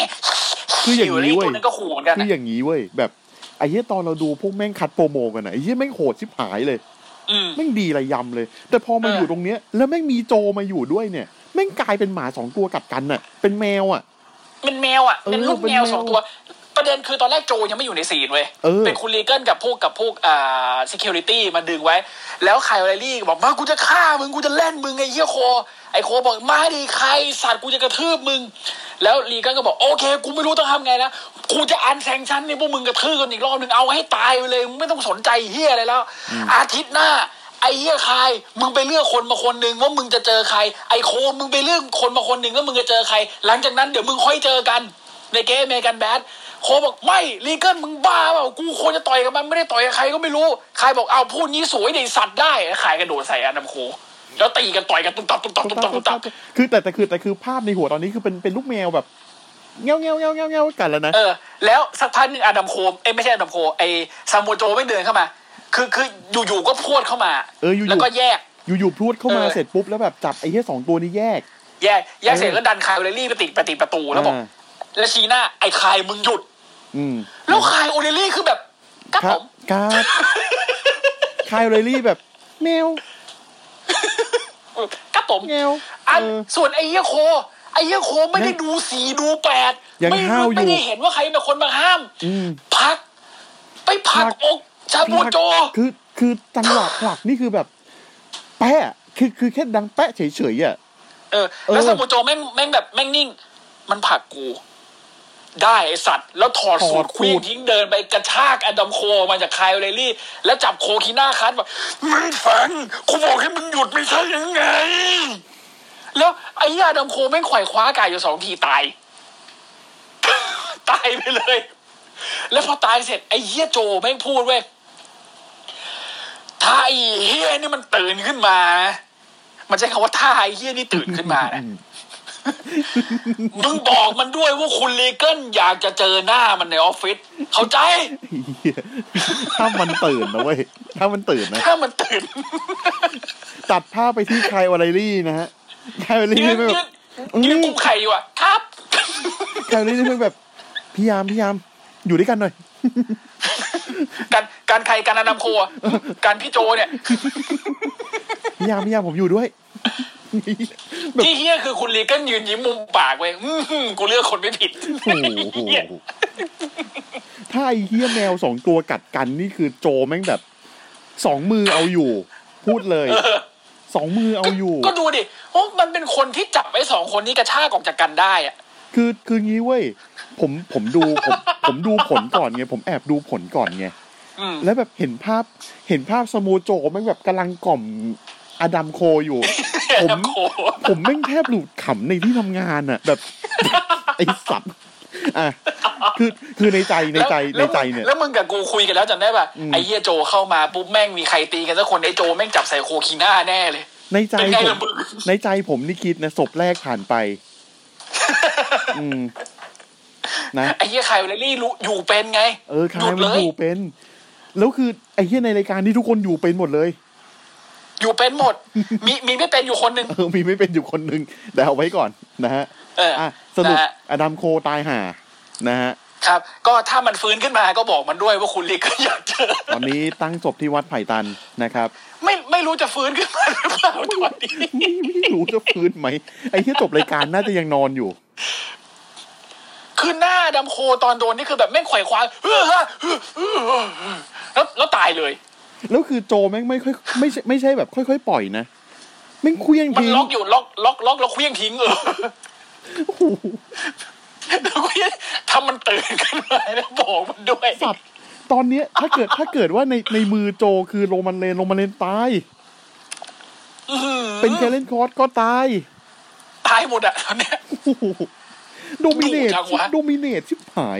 คืออย่างนี้
นี้
เว้ย
ตัวนึงก็ขู่เหมือนกัน
คื
อะ
ออย่างนี้เว้ยแบบไอ้เหี้ยตอนเราดูพวกแม่งคัดโปรโมกันอะไอ้เหี้ยแม่งโหดชิบหายเลย
อืม
แม่งดีระยำเลย แต่พอมา
เออ
อ
อ
ยู่ตรงเนี้ย แล้วแม่งมีโจมาอยู่ด้วยเนี่ยแม่งกลายเป็นหมาสองตัวกัดกันน่ะ เป็นแมวอ่ะ
เป็นแมวอ่ะ
เออ
เป็นลูกแมว
เป็นแมว
สองตัว ประเด็นคือตอนแรกโจยังไม่อยู่ในซีนเว้ย
เออ
นคุณลีเกิลกับพวกกับพวกอ่า security มาดึงไว้ แล้วไคลไรลี่บอกมากูจะฆ่ามึงกูจะเล่นมึงไอ้เหี้ยโค ไอ้โคบอกมาดิใครสัตว์กูจะกระทืบมึง แล้วลีเกิลก็บอกโอเค กูไม่รู้ต้องทำไงนะกูจะอันแซงชันนี่พวกมึงกระทืบกันอีกรอบหนึ่งเอาให้ตายไปเลยมึงไม่ต้องสนใจเหี้ยอะไรแล้ว อาทิตย์หน้า ไอ้เหี้ยใคร มึงไปเลือกคนมาคนหนึ่งว่ามึงจะเจอใคร ไอ้โคมมึงไปเลือกคนมาคนหนึ่งว่ามึงจะเจอใคร หลังจากนั้นเดี๋ยวมึงค่อยเจอกัน ในเกมเมกันแบท โคบอกไม่ลีเกิลมึงบ้าเปล่ากูควรจะต่อยกับมันไม่ได้ต่อยกับใครก็ไม่รู้ใครบอกเอาพูดงี้สวยเดี๋ยวไอ้สัตว์ได้ขายกระโดดใส่อนัมโคแล้วตีกันต่อยกันตุ้มตับตุ้มตับตุ้มตับตุ้มตับ
คือแต่แต่คือแต่คือภาพในหัวตอนนี้คือเป็นเป็นลูกแมวแบบเงี้ยวเงี้ยวเงี้ยวเงี้ยวเงี้ยวกันแล้วนะ
เออแล้วสักพักหนึงอดัมโคมเอ้ยไม่ใช่อดัมโคมไอซามโมโจไม่เดินเข้ามา คือคืออยู่ๆก็พรวดเข้ามา
เอออยู่ๆ
แล้วก็แยก
อยู่ๆพรวดเข้ามา
เออ
เสร็จปุ๊บแล้วแบบจับไอ้เหี้ยสองตัวนี้แยก
แยกแยก
เออ
เสร็จก็ดันคายโอเรลลี่ไปติดไปติดประตูแล้วบอก
อ่า
แล้วชี้หน้าไอ้คายมึงหยุด
อืม
แล้วคายโอเรลลี่คือแบบครับ
ครั
ผ
บ
ม
ครับคายเรลลี่แบบแมว
เออครับผม
แมว
อัน
เออ
ส่วนไอ้เหี้ยโคไอ้เหี้ยโคไม่ได้
นะ
ดูสีดูแปด
ยัง
ไม่
ห้าวอยู่
ไม่ได้เห็นว่าใครเป็นคนมาห้าม
อืม
พัก ไปพัก
พัก
อกชาโมโจ
คือคือจังหวะผลักนี่คือแบบแปะคือคือแค่ดังแปะเฉยๆอ่ะ
เออแล้ว
เออ
ซามูโจแม่งแม่งแบบแม่งนิ่ง มันผลักกู ได้ไอสัตว์ แล้วถอดสู
ถอดสูต
ตร
ร
ควีงทิ้งเดินไปกระชากอดัมโคมาจากไคลเรลลี่ แล้วจับโคคีน่าคัทแบบมึงฟังกูบอกให้มึงหยุดไม่ใช่ยังไง แล้วไอ้อดัมโคแม่งไขว่คว้าไก่อยู่สองทีตาย ตายไปเลย แล้วพอตายเสร็จไอ้เฮียโจแม่งพูดเว้ยถ้าไอ้เฮียนี่มันตื่นขึ้นมานะมันใช้คำว่าถ้าไอ้เฮียนี่ตื่นขึ้นมานะ มึงบอกมันด้วยว่าคุณเลเกิลอยากจะเจอหน้ามันในออฟฟิศเข้าใจ
เหี้ย ถ้ามันตื่นนะเว้ยถ้ามันตื่นนะ
ถ้ามันตื่น
ตัดภาพไปที่คายโอไลลี่นะฮะคายโอไล
ยื
ลี่
น
ไม่ง
ยื
แบ
น
บ
ยืนกุมไข่อยู่อะครับ
คายโอไลลี่ไม่งแบบพยายามพยายามอยู่ด้วยกันหน่อย
การการใครการอนามโคอะการพี่โจเนี่ย
พยายามพยายามผมอยู่ด้วย แบบ
ที่เฮียคือคุณลีเกิลยืนยิ้มมุมปากเว้ยอื้อหือกูเลือกคนไม่ผิด
โอ้โหถ้าไอ้เฮี้ยแมวสองตัวกัดกันนี่คือโจแม่งแบบสองมือเอาอยู่ พูดเลยสองมือเอาอยู่
ก็ดูดิโอ้มันเป็นคนที่จับไอ้สองคนนี้กระชากออกจากกันได้อะ
คือคืองี้เว้ยผมผมดูผมผมดูผลก่อนไงผมแอบดูผลก่อนไง
อืม
แล้วแบบเห็นภาพเห็นภาพสโมูโจแม่งแบบกำลังกล่อมอดัมโค อยู่ ผม
โค
ผมแม่งแทบหลุดขำในที่ทำงานอะแบบ ไอ้สัตว์อ่ะคือคือในใจในใจใน
แล้ว
ใจเนี่ย
แล้วมึงกับกูคุยกันแล้วจำได้ป่ะ
อืม
ไอ้เฮียโจเข้ามาปุ๊บแม่งมีใครตีกันสักคนไอ้โจแม่งจับใส่โคคีน่าแน่เลย
ในใจ
เป็นไง
ผม
ล่ะมึง
ในใจผมนี่คิดนะศพแรกผ่านไป อืม นะ
ไอ้เฮียไคลเรลลี่รู้อยู่เป็นไง
เออคา
ห
ยมั
ยุด
น
เล
อย ยู่เป็น แล้วคือไอ้เหี้ยในรายการนี่ทุกคนอยู่เป็นหมดเลย
อยู่เป็นหมด มีมีไม่เป็นอยู่คนหนึ่ง
เออมีไม่เป็นอยู่คนหนึ่งแต่เอาไว้ก่อนนะฮะ
เอออ่
ะสรุป
นะฮะ
อดัมโคตายห่านะฮะ
ครับ ก็ถ้ามันฟื้นขึ้นมาก็บอกมันด้วยว่าคุณลิกก็อยากเจอ
ตอนนี้ตั้งศพที่วัดไผ่ตันนะครับ
ไม่ไม่รู้จะฟื้นขึ้นมาหรือเปล่าตอนนี้
ไม่ไม่รู้จะฟื้นไหมไอ้ที่จบรายการน่าจะยังนอนอยู่
คือหน้าดำโคตอนโดนนี่คือแบบแม่งไขว่คว้าง เออฮะเออเออเออแล้วแล้วตายเลย
แล้วคือโจแม่งไม่ค่อยไม่ใช่ไม่ใช่แบบค่อยๆปล่อยนะแม่งเคลี้ยง
มัน
ทิ้ง
ล็อกอยู่ล็อกล็อกล็อกแล้วเคลี้ยงทิ้งเออ
โอ้โห
แล้วเคลี้ยงทำมันตื่นขึ้นมาแล้วบอกมันด้วย
สัตว์ตอนเนี้ยถ้าเกิดถ้าเกิดว่าในในมือโจคือโรมันเลนโรมันเลนตาย
อื้อหือ
เป็นแคเลนคอร์สก็ตาย
ตายหมดอะตอนเนี้ย
โอ้โหโดมิเนต
ดุจังวะ
โดมิเนตชิบหาย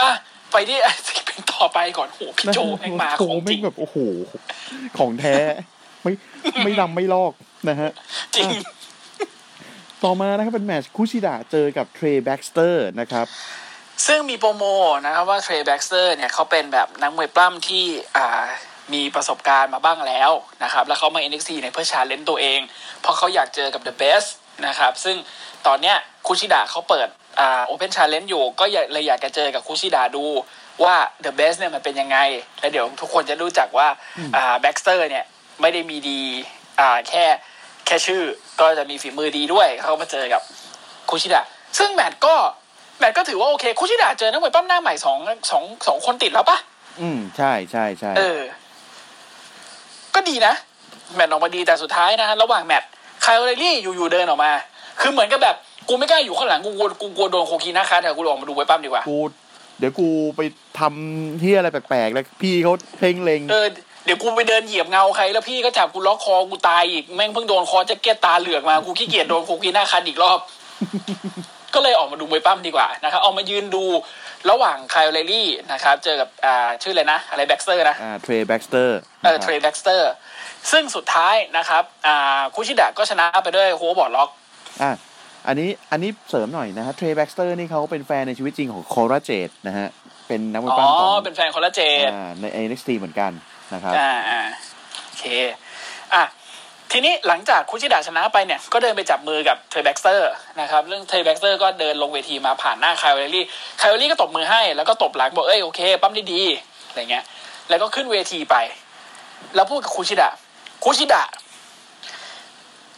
อ่ะไปที่ เป็นต่อไปก่อนโหพี่โจแม่งมา
โจ
ของจ
แม่
ริ
ง
ง
แบบโอ้โห ของแท้ ไม่ไม่ดำไม่ลอกนะฮะ
จริง
ต่อมานะครับเป็นแมตชคุชิดะเจอกับเทรแบ็กสเตอร์นะครับ
ซึ่งมีโปรโมนะครับว่าเทรย์แบ็กสเตอร์เนี่ยเขาเป็นแบบนักมวยปล้ำที่อ่ามีประสบการณ์มาบ้างแล้วนะครับ แล้วเขามา NXT เนี่ยเพื่อชาเลนจ์ตัวเอง เพราะเขาอยากเจอกับ The Best นะครับ ซึ่งตอนเนี้ยคุชิดะเขาเปิดอ่า Open Challenge อยู่ ก็อยากเลยอยากจะเจอกับคุชิดะดูว่า The Best เนี่ยมันเป็นยังไง แล้วเดี๋ยวทุกคนจะรู้จักว่าอ่าแบ็กสเตอร์เนี่ยไม่ได้มีดีอ่าแค่แค่ชื่อก็จะมีฝีมือดีด้วยเขามาเจอกับ คุชิดะซึ่งแมตช์ก็แมตช์ก็ถือว่าโอเค คุชิดะเจอนักมวยปั้มหน้าใหม่สองสองสองคนติดแล้วปะ
อืม ใช่ใช่ใช่
เออ ก็ดีนะ แมตช์ออกมาดีแต่สุดท้ายนะฮะระหว่างแมตช์ไคลเรลลี่อยู่ๆเดินออกมา คือเหมือนกับแบบ กูไม่กล้าอยู่ข้างหลัง กูกลัวกูกลัวโดนโคคีนะคะแต่กูลองมาดูไว้ปั้มดีกว่า
กู เดี๋ยวกูไปทำเที่ยอะไรแปลกๆ แล้วพี่เขาเพ่งเลง
เออ เดี๋ยวกูไปเดินเหยียบเงาใคร แล้วพี่ก็จับกูล็อกคอ กูตายอีกแม่งเพิ่งโดนคอแจ็คเก็ตตาเหลือกมากูขี้เกียจโดนโคคีนาคันอีกรอบ ก็เลยออกมาดูมวยปั้มดีกว่านะครับออกมายืนดูระหว่างไคลเลรี่นะครับ เจอกับอ่าชื่ออะไรนะ อะไรแบ็กเซอร์นะ
อ่าเทรย์แบ็กสเตอร์
เออเทรย์แบ็กสเตอร์ ซึ่งสุดท้ายนะครับอ่าคุชิดะก็ชนะไปด้วยโฮบอร์ดล็อก
อ่ะอันนี้อันนี้เสริมหน่อยนะฮะเทรย์แบ็กสเตอร์นี่เขาเป็นแฟนในชีวิตจริงของโคราเจตนะฮะ เป็นนักมวย
อ๋
ปั้มของ
อ เป็นแฟนคนละเจน
อ่าใน NXT เหมือนกันนะครับ
อ่าอ่าโอเค อ่ะ ทีนี้หลังจากคุชิดะชนะไปเนี่ย ก็เดินไปจับมือกับเทรย์แบ็กเตอร์นะครับ เรื่องเทรย์แบ็กเตอร์ก็เดินลงเวทีมาผ่านหน้าคายเวลลี่คายเวลลี่ก็ตบมือให้ แล้วก็ตบหลังบอก เอ้ยโอเค ปั๊มได้ดีอะไรเงี้ย แล้วก็ขึ้นเวทีไป แล้วพูดกับคุชิดะคุชิดะ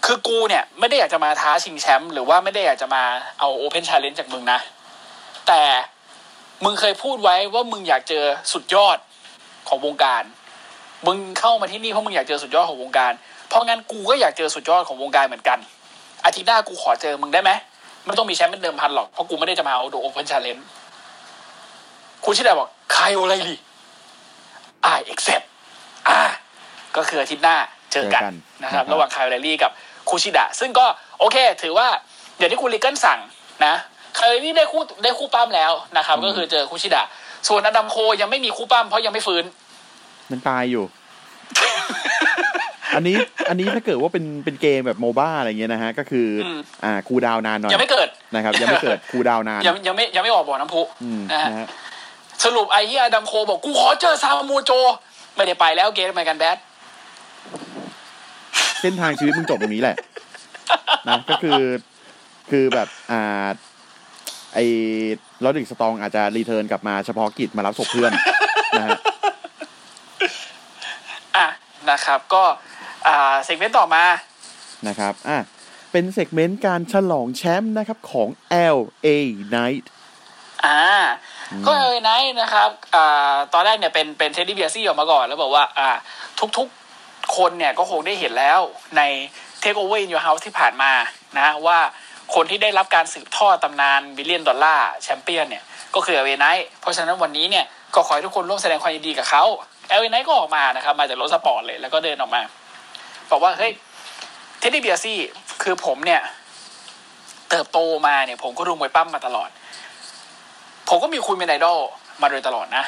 คือกูเนี่ย ไม่ได้อยากจะมาท้าชิงแชมป์หรือว่าไม่ได้อยากจะมาเอาโอเพนชาเลนจ์จากมึงนะ แต่มึงเคยพูดไว้ว่ามึงอยากเจอสุดยอดของวงการ มึงเข้ามาที่นี่เพราะมึงอยากเจอสุดยอดของวงการ เพราะงั้นกูก็อยากเจอสุดยอดของวงการเหมือนกัน อาทิตย์หน้ากูขอเจอมึงได้ไหมไม่ต้องมีแชมป์เป็นเดิมพันหรอก เพราะกูไม่ได้จะมาเอาโดโอเพนชาเลนจ์คุณชิดาบอกใครอะไรดิอ่าเอ็กเซปอ่าก็คืออาทิตย์หน้าเจอกัน
เจอกัน
นะ
นะ
ครับ
ครับ
ระหว่างคายเรลี่กับคุชิดะซึ่งก็โอเค ถือว่าอย่างที่คุณลิกเกิลสั่งนะคายเรลี่ได้คู่ได้คู่ปั้มแล้วนะครับ ก็คือเจอคุชิดะส่วนอดัมโคยังไม่มีคู่ปั้มเพราะยังไม่ฟื้น
มันตายอยู่ อันนี้อันนี้ถ้าเกิดว่าเป็นเป็นเกมแบบโมบ้าอะไรเงี้ยนะฮะ ก็คืออ
ม
อ่าคูลดาวน์นานหน่อย
ยังไม่เกิด
นะครับ ยังไม่เกิดคูลดาวน์นาน
ยังยังไม่ยังไม่ออกบ่อน้ำพุ
อืม
นะฮะ
นะฮะ
สรุปไอ้ที่อดัมโคบอกกูขอเจอซามูโจ ไม่ได้ไปแล้วเกมไมกันแบด
เส้นทางชีวิตมึงจบตรงนี้แหละ นะก็คือคือแบบอ่าไอ้ลอดิกสตองอาจจะรีเทิร์นกลับมาเฉพาะกิจมารับศพเพื่อน นะฮะ
อ่ะนะครับ ก็อ่าเซกเมนต์ต่อมา
นะครับ อ่ะ เป็นเซกเมนต์การฉลองแชมป์นะครับของ LA Night
อ่า ก็เอไนท์นะครับอ่าตอนแรกเนี่ยเป็นเป็นเทดดี้เบียซี่ออกมาก่อน แล้วบอกว่าอ่าทุกๆคนเนี่ยก็คงได้เห็นแล้วในเท k โอเวอร์ n น o u เฮาส์ที่ผ่านมานะว่าคนที่ได้รับการสืบทอดตำนานบิลเลียนดอลลาร์แชมเปี้ยนเนี่ย ก็คือเอเวไนท์เพราะฉะนั้นวันนี้เนี่ยก็ขอให้ทุกคนร่วมแสดงความยินดีกับเขาเอเวไนท์ก็ออกมานะครับ มาจากรถสปอร์ตเลยแล้วก็เดินออกมา บอกว่า เฮ้ยเทดดี้เบียซี่คือผมเนี่ย เติบโตมาเนี่ย ผมก็ดูมวยปั้มมาตลอด ผมก็มีคุณเป็นไอดอลมาโดยตลอดนะ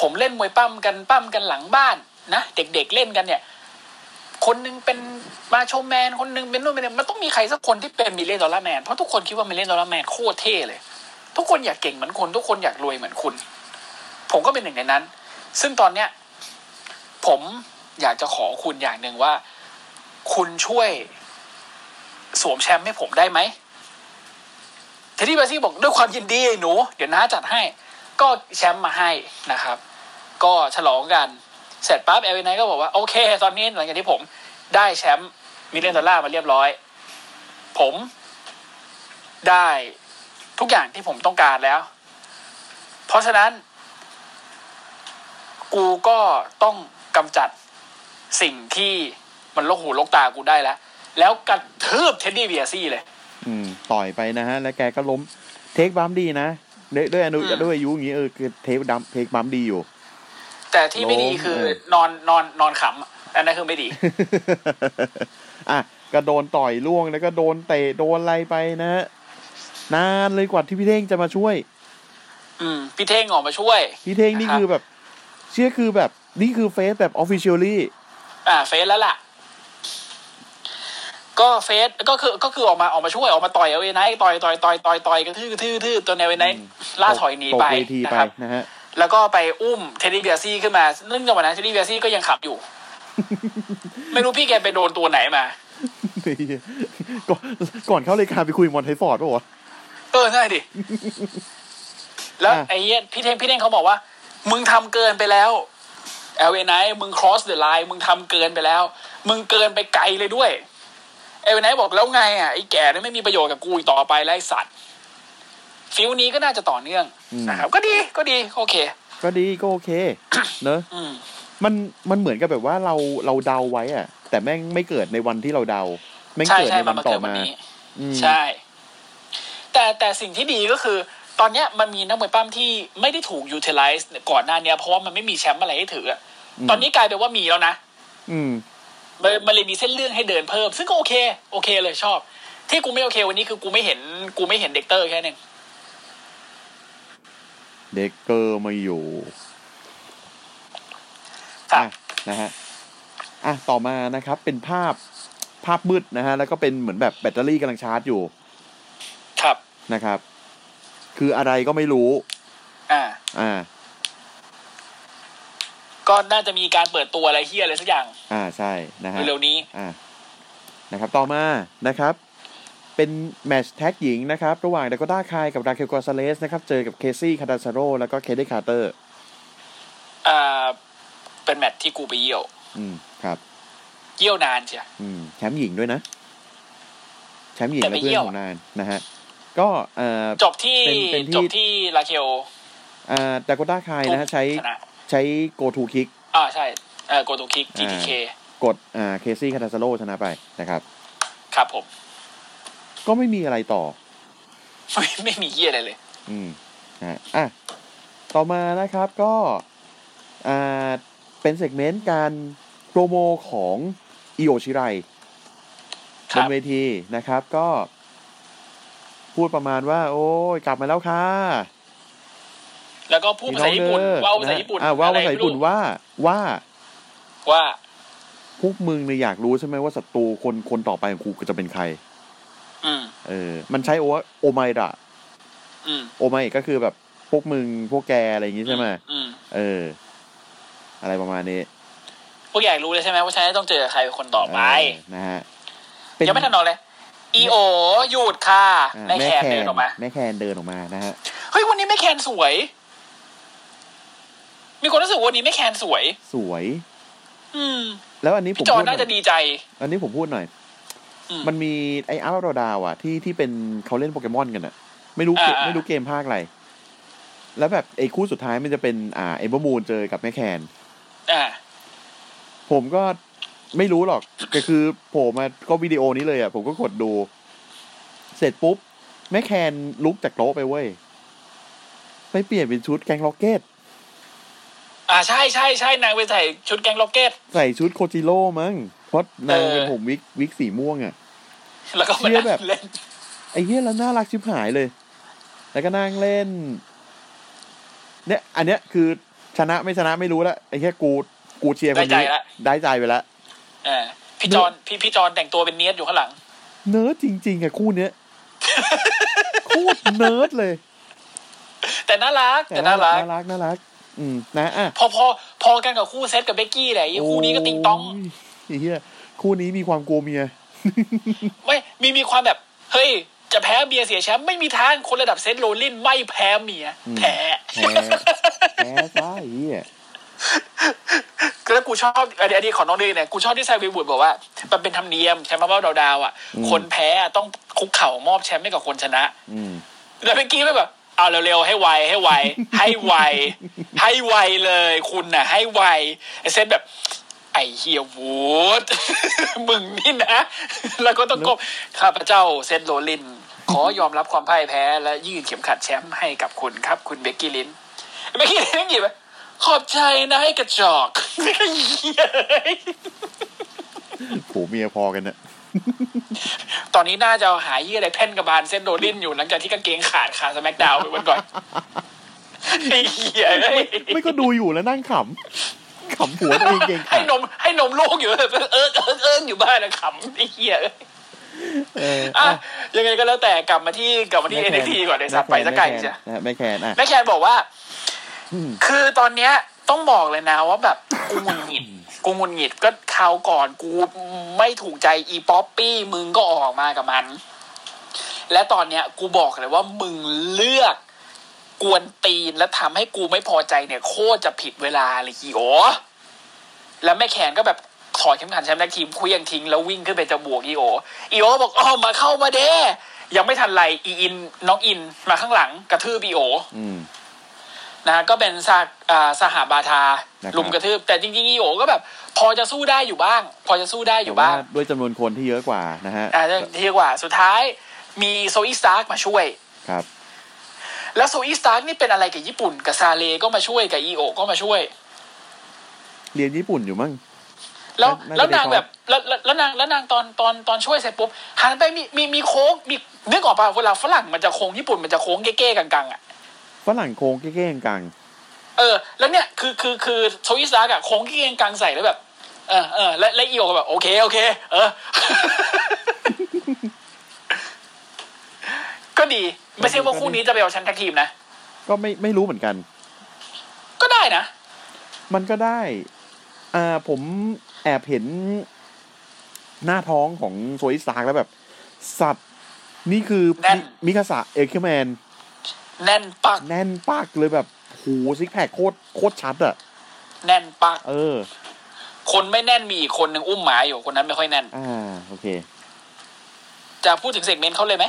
ผมเล่นมวยปั้มกันปั้มกันหลังบ้านนะเด็กๆเล่นกันเนี่ย คนหนึงเป็นมาโชว์แมน คนหนึงเป็นนู่นเป็นนี่มันต้องมีใครสักคนที่เป็นมิลเลนดอลลาร์แมนเพราะทุกคนคิดว่ามิลเลนดอลลาร์แมนโคตรเท่เลย ทุกคนอยากเก่งเหมือนคนทุกคนอยากรวยเหมือนคุณ ผมก็เป็นหนึ่งในนั้น ซึ่งตอนเนี้ย ผมอยากจะขอคุณอย่างหนึ่งว่า คุณช่วยสวมแชมป์ให้ผมได้ไหม เทดดี้เบซี่บอกด้วยความยินดีไอ้หนู เดี๋ยวน้าจัดให้ ก็แชมป์มาให้นะครับ ก็ฉลองกัน เสร็จปั๊บเอลวินไนก็บอกว่า โอเค ตอนนี้หลังจากที่ผมได้แชมป์มิลเลนดอลลาร์มาเรียบร้อย ผมได้ทุกอย่างที่ผมต้องการแล้ว เพราะฉะนั้น กูก็ต้องกำจัดสิ่งที่มันลกหูลกตากูได้แล้ว แล้วกระทืบเทดดี้เบียซี่เลย
อืม ต่อยไปนะฮะ แล้วแกก็ล้มเทคบัมดีนะด้วยด้วยอนุ
อืม
ด้วยอายุอย่างงี้เออคือเทคดัมเทคบัมดีอยู่
แต่ที่ไม่ดีคือ
โล่งเลย
นอนนอนนอนขำอะอันนั้นคือไม่ดี
อ่ะ ก็โดนต่อยล่วงแล้วก็โดนเตะโดนอะไรไปนะฮะนานเลยกว่าที่พี่เท่งจะมาช่วย
อืมพี่เท่งออกมาช่วย
พี่เท่งนี่
ครับ
คือแบบ เชื่อคือแบบนี่คือเฟซแบบออฟฟิเชียลลี่
อ่าเฟสแล้วล่ะ ก็เฟสก็คือก็คือออกมาออกมาช่วยออกมาต่อยเอาไว้ไนท์ต่อยต่อยต่อยต่อยต่อยกระทืบกระทืบกระทืบจนเอาไว้ไนท์ล่าถอยหนี
ตก
ไป
เวที
นะ
ไป
ครับ
นะฮ ะ
แล้วก็ไปอุ้มเทดดี้เบียซี่ขึ้นมาซึ่งจังหวะนั้นเทดดี้เบียซี่ก็ยังขับ อยู่ ไม่รู้พี่แกไปโดนตัวไหนมา
ก่อนก่อนเข้ารายการไปคุยมอนไทฟอร์ดป่ะวะ
เออใช่ ดิ แล้ว
อ่ะ
ไอ้เหี้ยพี่เท่งพี่เท่งเขาบอกว่า มึงทำเกินไปแล้วเอลเอไนมึง cross the line มึงทำเกินไปแล้ว มึงเกินไปไกลเลยด้วยเอลเอไนบอกแล้วไงอ่ะไอ้แก่นี่ไม่มีประโยชน์กับกูอีกต่อไปแล้วไอ้สัตว์ฟิลนี้ก็น่าจะต่อเนื่อง
อืม
นะครับก็ดีก็ดี โอเค
ก็ดีก็โอเค เนอะ
อืม
มันมันเหมือนกับแบบว่าเราเราเดาไว้อะแต่แม่งไม่เกิดในวันที่เราเดาแม่ง
ใช่
เกิด
ใช่
ใน
มั
วัน น
มา
ต่
เกิ
อ
ดวัน
มา
นี้
อืม
ใช่ แต่แต่สิ่งที่ดีก็คือ ตอนเนี้ยมันมีนักมวยปั้มที่ไม่ได้ถูก utilize ก่อนหน้าเนี้ยเพราะว่ามันไม่มีแชมป์อะไรให้ถืออะตอนนี้กลายเป็นว่ามีแล้วนะ
อืม
มันมันเลยมีเส้นเรื่องให้เดินเพิ่ม ซึ่งก็โอเค โอเคเลยชอบ ที่กูไม่โอเควันนี้คือกูไม่เห็น กูไม่เห็นเด็กเตอร์แค่นึง
เด็กเกอร์ไม่อยู่
ค่ะ
อ่ะนะฮะอ่ะต่อมานะครับเป็นภาพภาพมืดนะฮะ แล้วก็เป็นเหมือนแบบแบตเตอรี่กำลังชาร์จอยู่
ครับ
นะครับ คืออะไรก็ไม่รู้
อ่า
อ่า
ก็น่าจะมีการเปิดตัวอะไรเฮียอะไรสักอย่าง
อ่าใช่นะฮะ
เร็วๆนี้
อ่ะนะครับต่อมานะครับ เป็นแมตชแท็กหญิงนะครับ ระหว่างดาก o ต้าคายกับราเคลกอนซาเลสนะครับ เจอกับเคซี่คาดาซาโรแล้วก็เคเดคาร์เตอร์
อ่า เป็นแมตช์ที่กูไปเยี่ยว
อืมครับ
เยี่ยวนานเชีย
อืมแชมป์หญิงด้วยนะ แชมป์หญิง
แต่
และ
ไม่
เพื่อ
เยี่
น
ยว
ของนานนะฮะ ก็เอ่อ
จบที่
เป็นเป็นที่
จบที่ลาเคล
อ่าดาก o ต้าคายนะฮะ ใช้
ชนะ
ใช้โกทูคิก
อ่าใช่เออโกตูคิก GTK
กดอ่าเคซี่คาดาซาโรชนะไปนะครับ
ครับผม
ก็ไม่มีอะไรต่อ
ไม่ไม่มีเฮียอะไรเลย
อืมนะฮะอ่ะ ต่อมานะครับก็อ่าเป็นเซกเมนต์การโปรโมของอิโอชิไร
ค
บ
รั
น
บ
เวทีนะครับก็ พูดประมาณว่า โอ้ยกลับมาแล้วค่ะ
แล้วก็พูดภาษาญี่ปุ่น
พี่
ว่าว
อง
ภา
เด้
ษา
อ
ญี่ปุ่น
นะอ่ะว่าภาษา
อะไร
ญี่ปุ่นว่าว่า
ว่า
พวกมึงเนี่ยอยากรู้ใช่ไหมว่าศัตรูคนคนต่อไปของกูจะเป็นใคร
อืม
เออ มันใช้โอว่าโอไมระ
อืม
โอไมก็คือแบบพวกมึงพวกแกอะไรอย่างงี้ใช่ไหม
อืม
เออ อะไรประมาณนี้
พวกอยากรู้เลยใช่ไหมว่าฉันจะต้องเจอใครเป็นคนต่อไป
เออนะฮะ
ยังไม่ทันนอนเลย อีโอหยุดค่ะ
อ่า
แม่แคนเดินออกมา
แม่แคนเดินออกมานะฮะ
เฮ้ย วันนี้แม่แคนสวย มีคนรู้สึกว่าวันนี้แม่แคนสวย
สวย
อืม
แล้วอันนี้ผม
พี่จอ
พู
น
ดหน่
น่าจะ
อย
ดีใจ
อันนี้ผมพูดหน่อย
อืม
มันมีไออาร์โรดาวอะที่ที่เป็นเขาเล่นโปเกมอนกันอะไม่รู้เกม
อ่าอ่า
ไม่รู้เกมภาคอะไร แล้วแบบไอคู่สุดท้ายมันจะเป็นอ่าเอเบอร์มูนเจอกับแม่แคน
อ่า
ผมก็ไม่รู้หรอกแต่คือโผล่มาก็วิดีโอนี้เลยอะผมก็กดดู เสร็จปุ๊บ แม่แคนลุกจากโต๊ะไปเว้ยไปเปลี่ยนเป็นชุดแกงล็อกเก็ต
อ่าใช่ใช่ใช่นางไปใส่ชุดแกงล็อกเก็ต
ใส่ชุดโคจิโร่มั้งเพราะนาง
เออ
เป็นผมวิกวิกสีม่วงอ่ะ
แล้วก็มา
เชี่ยแบบ
เล่น
ไอ้เหี้ยแล้วน่ารักชิบหายเลย แล้วก็นั่งเล่น เนี่ย อันเนี้ยคือชนะไม่ชนะไม่รู้ละไอ้เหี้ยกูกูเชียร์คน
ได้
นี้
ใจละ
ได้ใจไปละ
อ่าพี่จอนพี่พี่จอนแต่งตัวเป็นเนียดอยู่ข้างหลัง
เนิร์ดจริงๆอะคู่ เนี้ยโคตรเนิร์ดเลย
แต่น่ารักแต่น่ารัก
น่ารักน่ารัก อืมนะอ่ะ
พอพอพอกันกับคู่เซตกับเบกกี้แหละไอ้คู่นี้ก็ติงต้อง
โยไอ้เหี้ยคู่นี้มีความกลัวเมีย
ไม่มีมีความแบบ เฮ้ย จะแพ้เบียร์เสียแชมป์ไม่มีทางคนระดับเซนต์โรลลินไม่แพ้เมีย
อืม
แพ้
แพ้ แพ้ซะไอ้เหี้ย
แล้วกูชอบอันนี้อันนี้ของน้องดีเนี่ยกูชอบที่แซมวีบูดบอกว่า มันเป็นธรรมเนียมแชมป์มาเบ้าดาวๆอ่ะ
อืม
คนแพ้อะต้องคุกเข่ามอบแชมป์ให้กับคนชนะ
อืม
แล้วเบกกี้ไม่แบบเอาเร็วๆให้ไวให้ไว ให้ไว ให้ไวเลยคุณน่ะ ให้ไวไอ้เซนแบบ ไอเฮียวูด มึงนี่นะ แล้วก็ต้องกบข้าพเจ้าเซนโรลลิน ขอยอมรับความพ่ายแพ้ และยื่นเข็มขัดแชมป์ให้กับคุณครับ คุณเบกกี้ลินเบกกี้ลินหยิบไปขอบใจนะให้กระจอก เหี้ย
ผูเมียพอกันนะ
ตอนนี้น่าจะหาเยี่ยอะไรแพ่นกระบาลเซนโรลลินอยู่หลังจากที่กางเกงขาดขาสแมกดาวไปวันก่อน ไอ้เหี้ย
ไม่ก็ดูอยู่แล้วนั่งขำ ขำผัวตัวเองเก่ง
ให้
ขาน
มให้นมลูกอยู่ เออเออเออเอออยู่บ้านนะขำไอ้เหี้ย
เออ
อ่ะยังไงก็แล้วแต่กลับมาที่กลับมาที่เอ็นเอ็กทีก่อนในสัตว์ไปสักไกล
ม่แคน
เชีย
นะฮะไม่แคนอ่ะ
แม่แคนบอกว่า
อืม
คือตอนเนี้ยต้องบอกเลยนะว่าแบบกูหงุดหงิดกูหงุดหงิดก็คราวก่อนกูไม่ถูกใจอีป๊อปปี้มึงก็ออกมากับมัน และตอนเนี้ยกูบอกเลยว่ามึงเลือกกวนตีนและทำให้กูไม่พอใจเนี่ย โคตรจะผิดเวลาเลยกีโอแล้วแม่แขนก็แบบถอดเข็มขัดแชมป์แท็กทีมคุยยังทิ้งแล้ววิ่งขึ้นไปจะบวกอีโออีโอบอกอ๋อมาเข้ามาเด้ยังไม่ทันไรอีอินน้องอินมาข้างหลังกระทืบอีโอ
อืม
นะฮะก็เป็นสากอ่าสหบาทา
นะครับ
ลุมกระทืบ แต่จริงๆอีโอก็แบบ พอจะสู้ได้อยู่บ้าง พอจะสู้ได้อยู่บ้าง
แต่ว่าด้วยจำนวนคนที่เยอะกว่านะฮะ
อ่าทีกว่าสุดท้ายมีโซอีสตาร์กมาช่วย
ครับ
แล้วโซอีสตาร์กนี่เป็นอะไรกับญี่ปุ่น กับซาเลก็มาช่วยกับอีโอก็มาช่วย
เรียนญี่ปุ่นอยู่มั้ง
แล้ว
น่าจะ
แล้วนาง
เป็น
แบบแล้วแล้วแล้วนางแล้วนางตอนตอนตอนช่วยเสร็จปุ๊บหันไปมีมีมีโค้งมีนึกออกป่ะเวลาฝรั่งมันจะโค้งญี่ปุ่นมันจะโค้งเก้ๆกังๆอ่ะ
ฝรั่งโคงเก้งๆกลาง
เออแล้วเนี่ยคือคือคือโชวิซากอะโค้งเก้ๆกังๆใส่แล้วแบบเออเออและและอีโอก็แบบโอเคโอเค เออ ก็ดีไม่ใช่ว่าคู่นี้จะไปเอาชั้นทักทีมนะ
ก็ไม่ไม่รู้เหมือนกัน
ก็ได้นะ
มันก็ได้ อ่า ผมแอบเห็นหน้าท้องของโซอิสากแล้วแบบ สัตว์ นี่คือ
แน่น
มิมิคาสะเอลเคแมน
แน่นปัก
แน่นปากเลยแบบโหซิกแพคโคตรโคตรชัดอะ
แน่นปัก
เออ
คนไม่แน่นมีอีกคนหนึ่งอุ้มหมาอยู่คนนั้นไม่ค่อยแน่น
อ่า โอเค
จะพูดถึงเซกเมนต์เขาเลยไหม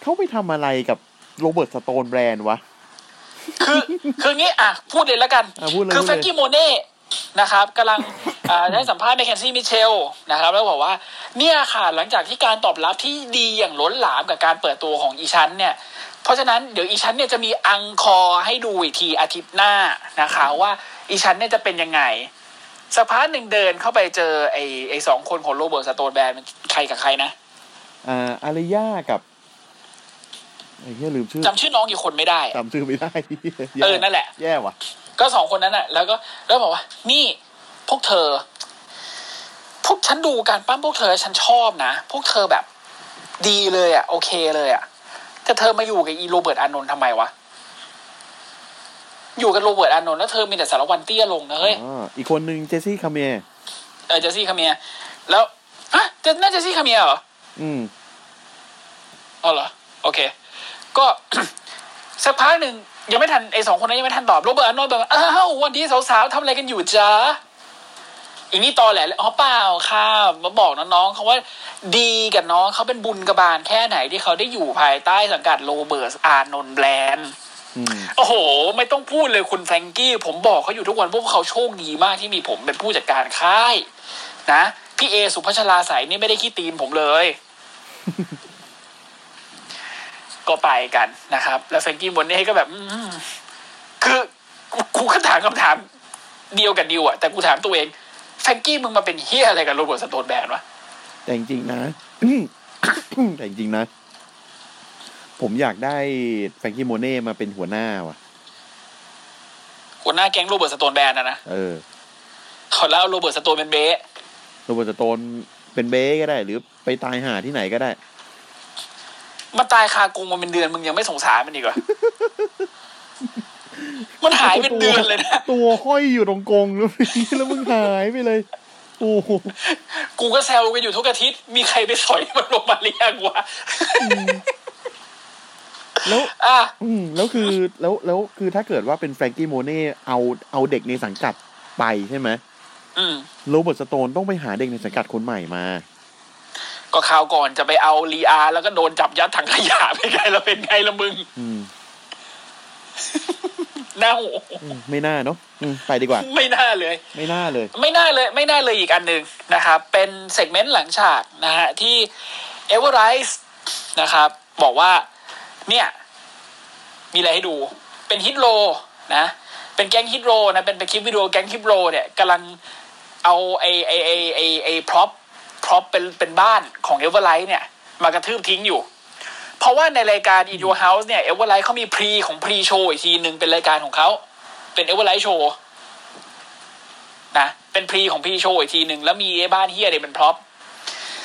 เขาไปทำอะไรกับโรเบิร์ตสโตนแบรนด์วะ
คือ คืองี้อ่ะ พูดเลยแล้วกัน
อ่ะพูดเลย
คื
พูดเลย
แฟรงกี้โมเน่นะครับกำลังอ่าได้สัมภาษณ์แมคเคนซี่มิเชลนะครับ แล้วบอกว่า เนี่ยค่ะ หลังจากที่การตอบรับที่ดีอย่างล้นหลามกับการเปิดตัวของอีชันเนี่ย เพราะฉะนั้นเดี๋ยวอีชันเนี่ยจะมีอังคอร์ให้ดูอีกทีอาทิตย์หน้านะคะว่าอีชันเนี่ยจะเป็นยังไงสักพักหนึ่งเดินเข้าไปเจอไอ้ไอ้สองคนของโรเบิร์ตสโตนแบนมันใครกับใครนะ
อ่า อาริยากับไอ้เหี้ยลืมชื่อ
จำชื่อน้องอีกคนไม่ได้
จำชื่อไม่ได้
เออนั่นแหละ
แย่ว่ะ
ก็สองคนนั้นอ่ะ แล้วก็แล้วบอกว่า นี่พวกเธอ พวกฉันดูการปั้มพวกเธอฉันชอบนะ พวกเธอแบบ ดีเลยอ่ะ โอเคเลยอ่ะ แต่เธอมาอยู่กับอีโรเบิร์ตอานนท์ทำไมวะ อยู่กับโรเบิร์ตอานนท์แล้วเธอมีแต่สารวันเตี้ยลงนะเฮ้ย
อ๋อ อีกคนนึงเจสซี่คาเมียร์
เออเจสซี่คาเมียร์แล้วฮะเจน่าเจสซี่คาเมียร์เหรอ
อืม
อ๋อเหรอโอเค ก็ สักพักหนึ่งยังไม่ทันไอ้สองคนนั้นยังไม่ทันตอบโรเบิร์ตอาร์โนลด์แบบว่าอ้าววันนี้สาวๆทำอะไรกันอยู่จ๊ะอีนี่ตอแหละเลยอ๋อเปล่าค่ะมาบอกน้องๆเขาว่าดีกับน้องเขาเป็นบุญกระบาลแค่ไหนที่เขาได้อยู่ภายใต้สังกัดโรเบิร์ตอานนท์แบรนด์
อืม
โอ้โห ไม่ต้องพูดเลยคุณแฟรงกี้ ผมบอกเขาอยู่ทุกวันว่าพวกเขาโชคดีมากที่มีผมเป็นผู้จัดการค่าย นะพี่เอสุพัชราใสยนี่ไม่ได้ขี้ตีนผมเลย ก็ไปกันนะครับ แล้วแฟรงกี้บนนี่ก็แบบ อืมคือกูกูก็ถามคำถามเดียวกับดิวอะแต่กูถามตัวเองแฟรงกี้มึงมาเป็นเฮียอะไรกับโรเบิร์ตสโตนแบนวะ
แต่จริงๆนะ แต่จริงๆนะ ผมอยากได้แฟรงกี้โมเน่มาเป็นหัวหน้าว่ะ
หัวหน้าแก๊งโรเบิร์ตสโตนแบนนะนะ
เออ
ขอแล้วเอาโรเบิร์ตสโตนเป็นเบ๊ะ
โรเบิร์ตสโตนเป็นเบ้ก็ได้ หรือไปตายหาที่ไหนก็ได้
มันตายคากรงมาเป็นเดือนมึงยังไม่สงสารมันอีกเหร อ มันหายเป็นเดือนเลยนะ
ตัวห้อยอยู่ตรงก รงแล้วแล้วมึงหายไปเลย โอ้โห
กูก็แซวกันอยู่ทุกอาทิตย์ มีใครไปสอยมันลงมาหรือยังว ะ
แล้ว
อ่ะ
อืมแล้วคือแล้วแล้วคือถ้าเกิดว่าเป็นแฟรงกี้โมเน่เอาเอาเด็กในสังกัดไปใช่ไหม
อืม
โรเบิร์ตสโตนต้องไปหาเด็กในสังกัดคนใหม่มา
ก็ข่าวก่อนจะไปเอาลีอาร์แล้วก็โดนจับยัดถังขยะ ไปไงเราเป็นไงละมึง
อืม
เน่า
อืมไม่น่าเนาะอืมไปดี กว่า
ไม่น่าเลย
ไม่น่าเลย
ไม่น่าเลย ไม่น่าเลยอีกอันหนึ่งนะครับ เป็นเซกเมนต์หลังฉากนะฮะ ที่เอเวอร์ไรส์นะครับ บอกว่า เนี่ย มีอะไรให้ดู เป็นฮิตโรนะ เป็นแก๊งฮิตโรนะเป็นเป็นคลิปวิดีโอแก๊งฮิตโรเนี่ยกำลังเอาไอไอไอไอไอพร็อพพร็อพเป็นเป็นบ้านของเอเวอร์ไลท์เนี่ย มากระทืบทิ้งอยู่ เพราะว่าในรายการ In Your House เนี่ยเอเวอร์ไลท์เขามีพรีของพรีโชว์อีกทีหนึ่งเป็นรายการของเขาเป็นเอเวอร์ไลท์โชว์นะเป็นพรีของพรีโชว์อีกทีหนึ่งแล้วมีไอ้บ้านเฮียเนี่ยเป็นพร็อพ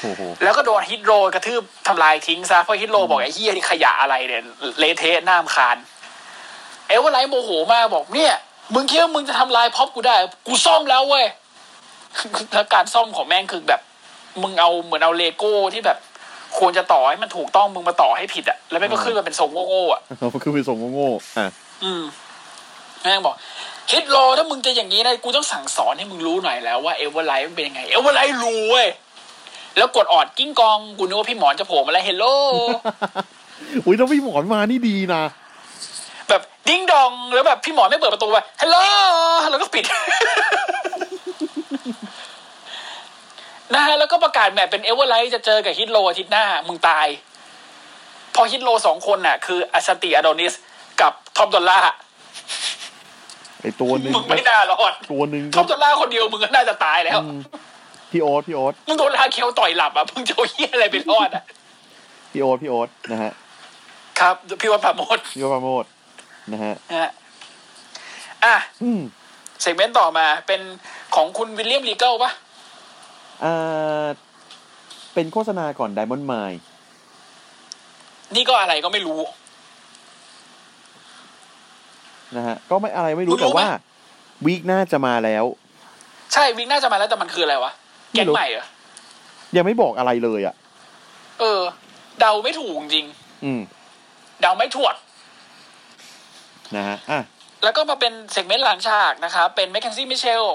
โอ้โห
แล้วก็โดนฮิตโรกระทืบทำลายทิ้งซะเพราะฮิตโรบอกไอ้เฮียนี่ขยะอะไรเนี่ยเละเทะน้ำคานเอเวอร์ไลท์โมโหมากบอกเนี่ย มึงคิดว่ามึงจะทำลายพ็อปกูได้ กูซ่อมแล้วเว้ย แล้วการซ่อมของแม่งคือแบบ มึงเอาเหมือนเอาเลโก้ที่แบบ ควรจะต่อให้มันถูกต้องมึงมาต่อให้ผิดอะแล้วแม่งก็ขึ้นมาเป็นทรงโง่ๆอะ
เขาคือไปส่งโง่ๆอ่ะ
อืมแม่งบอกฮิตโลถ้ามึงจะอย่างนี้นะกูต้องสั่งสอนให้มึงรู้หน่อยแล้วว่าเอเวอร์ไลท์มันเป็นยังไง เอเวอร์ไลท์รู้เว้ย แล้วกดออดกิ้งกอง กูนึกว่าพี่หมอนจะโผล่มาแล้วเฮลโล
อุ้ยถ้าพี่หมอนมานี่ดีนะ
แบบดิ้งดองแล้วแบบพี่หมอนไม่เปิดประตูไปเฮลโลแล้วก็ปิด นะฮะแล้วก็ประกาศแมตช์เป็นเอเวอร์ไลท์จะเจอกับฮิตโลอาทิตย์หน้า มึงตาย พอฮิตโลสองคนน่ะ คืออสติอโดนิสกับทอมดอลล่า
ไอตัวหนึ่ง
มึงไม่น่ารอด
ตัวหนึ่งก็
เขาจะล่าคนเดียวมึงก็น่าจะตายแล้ว
อืมพี่โอ๊ตพี่โอ๊ต
มึงโดนลาเคียวต่อยหลับอ่ะมึงจะเอาเหี้ยอะไรไปรอดอ่ะ
พี่โอ๊ตพี่โอ๊ตนะฮะ
ครับพี่วันปราโมด
พี่โอ๊ตประโมทนะฮะ
นะฮะอ่ะ
อืม
เซกเมนต์ต่อมาเป็นของคุณวิลเลียมลีเกิลปะ
อ่าเป็นโฆษณาก่อนไดมอนด์ไมล์
นี่ก็อะไรก็ไม่รู้
นะฮะ ก็ไม่อะไรไม่
คุ
รู้
ณรู้
แต่ว่า
ไหม
วีคหน้าจะมาแล้ว
ใช่วิกน่าจะมาแล้วแต่มันคืออะไรวะแกงใหม่เหรอ
ยังไม่บอกอะไรเลยอ่ะ
เออ เดาไม่ถูกจริง
อืม
เดาไม่ถวด
นะฮะอ่ะ
แล้วก็มาเป็นเซกเมนต์หลังฉากนะครับ เป็นแมคเคนซี่มิเชล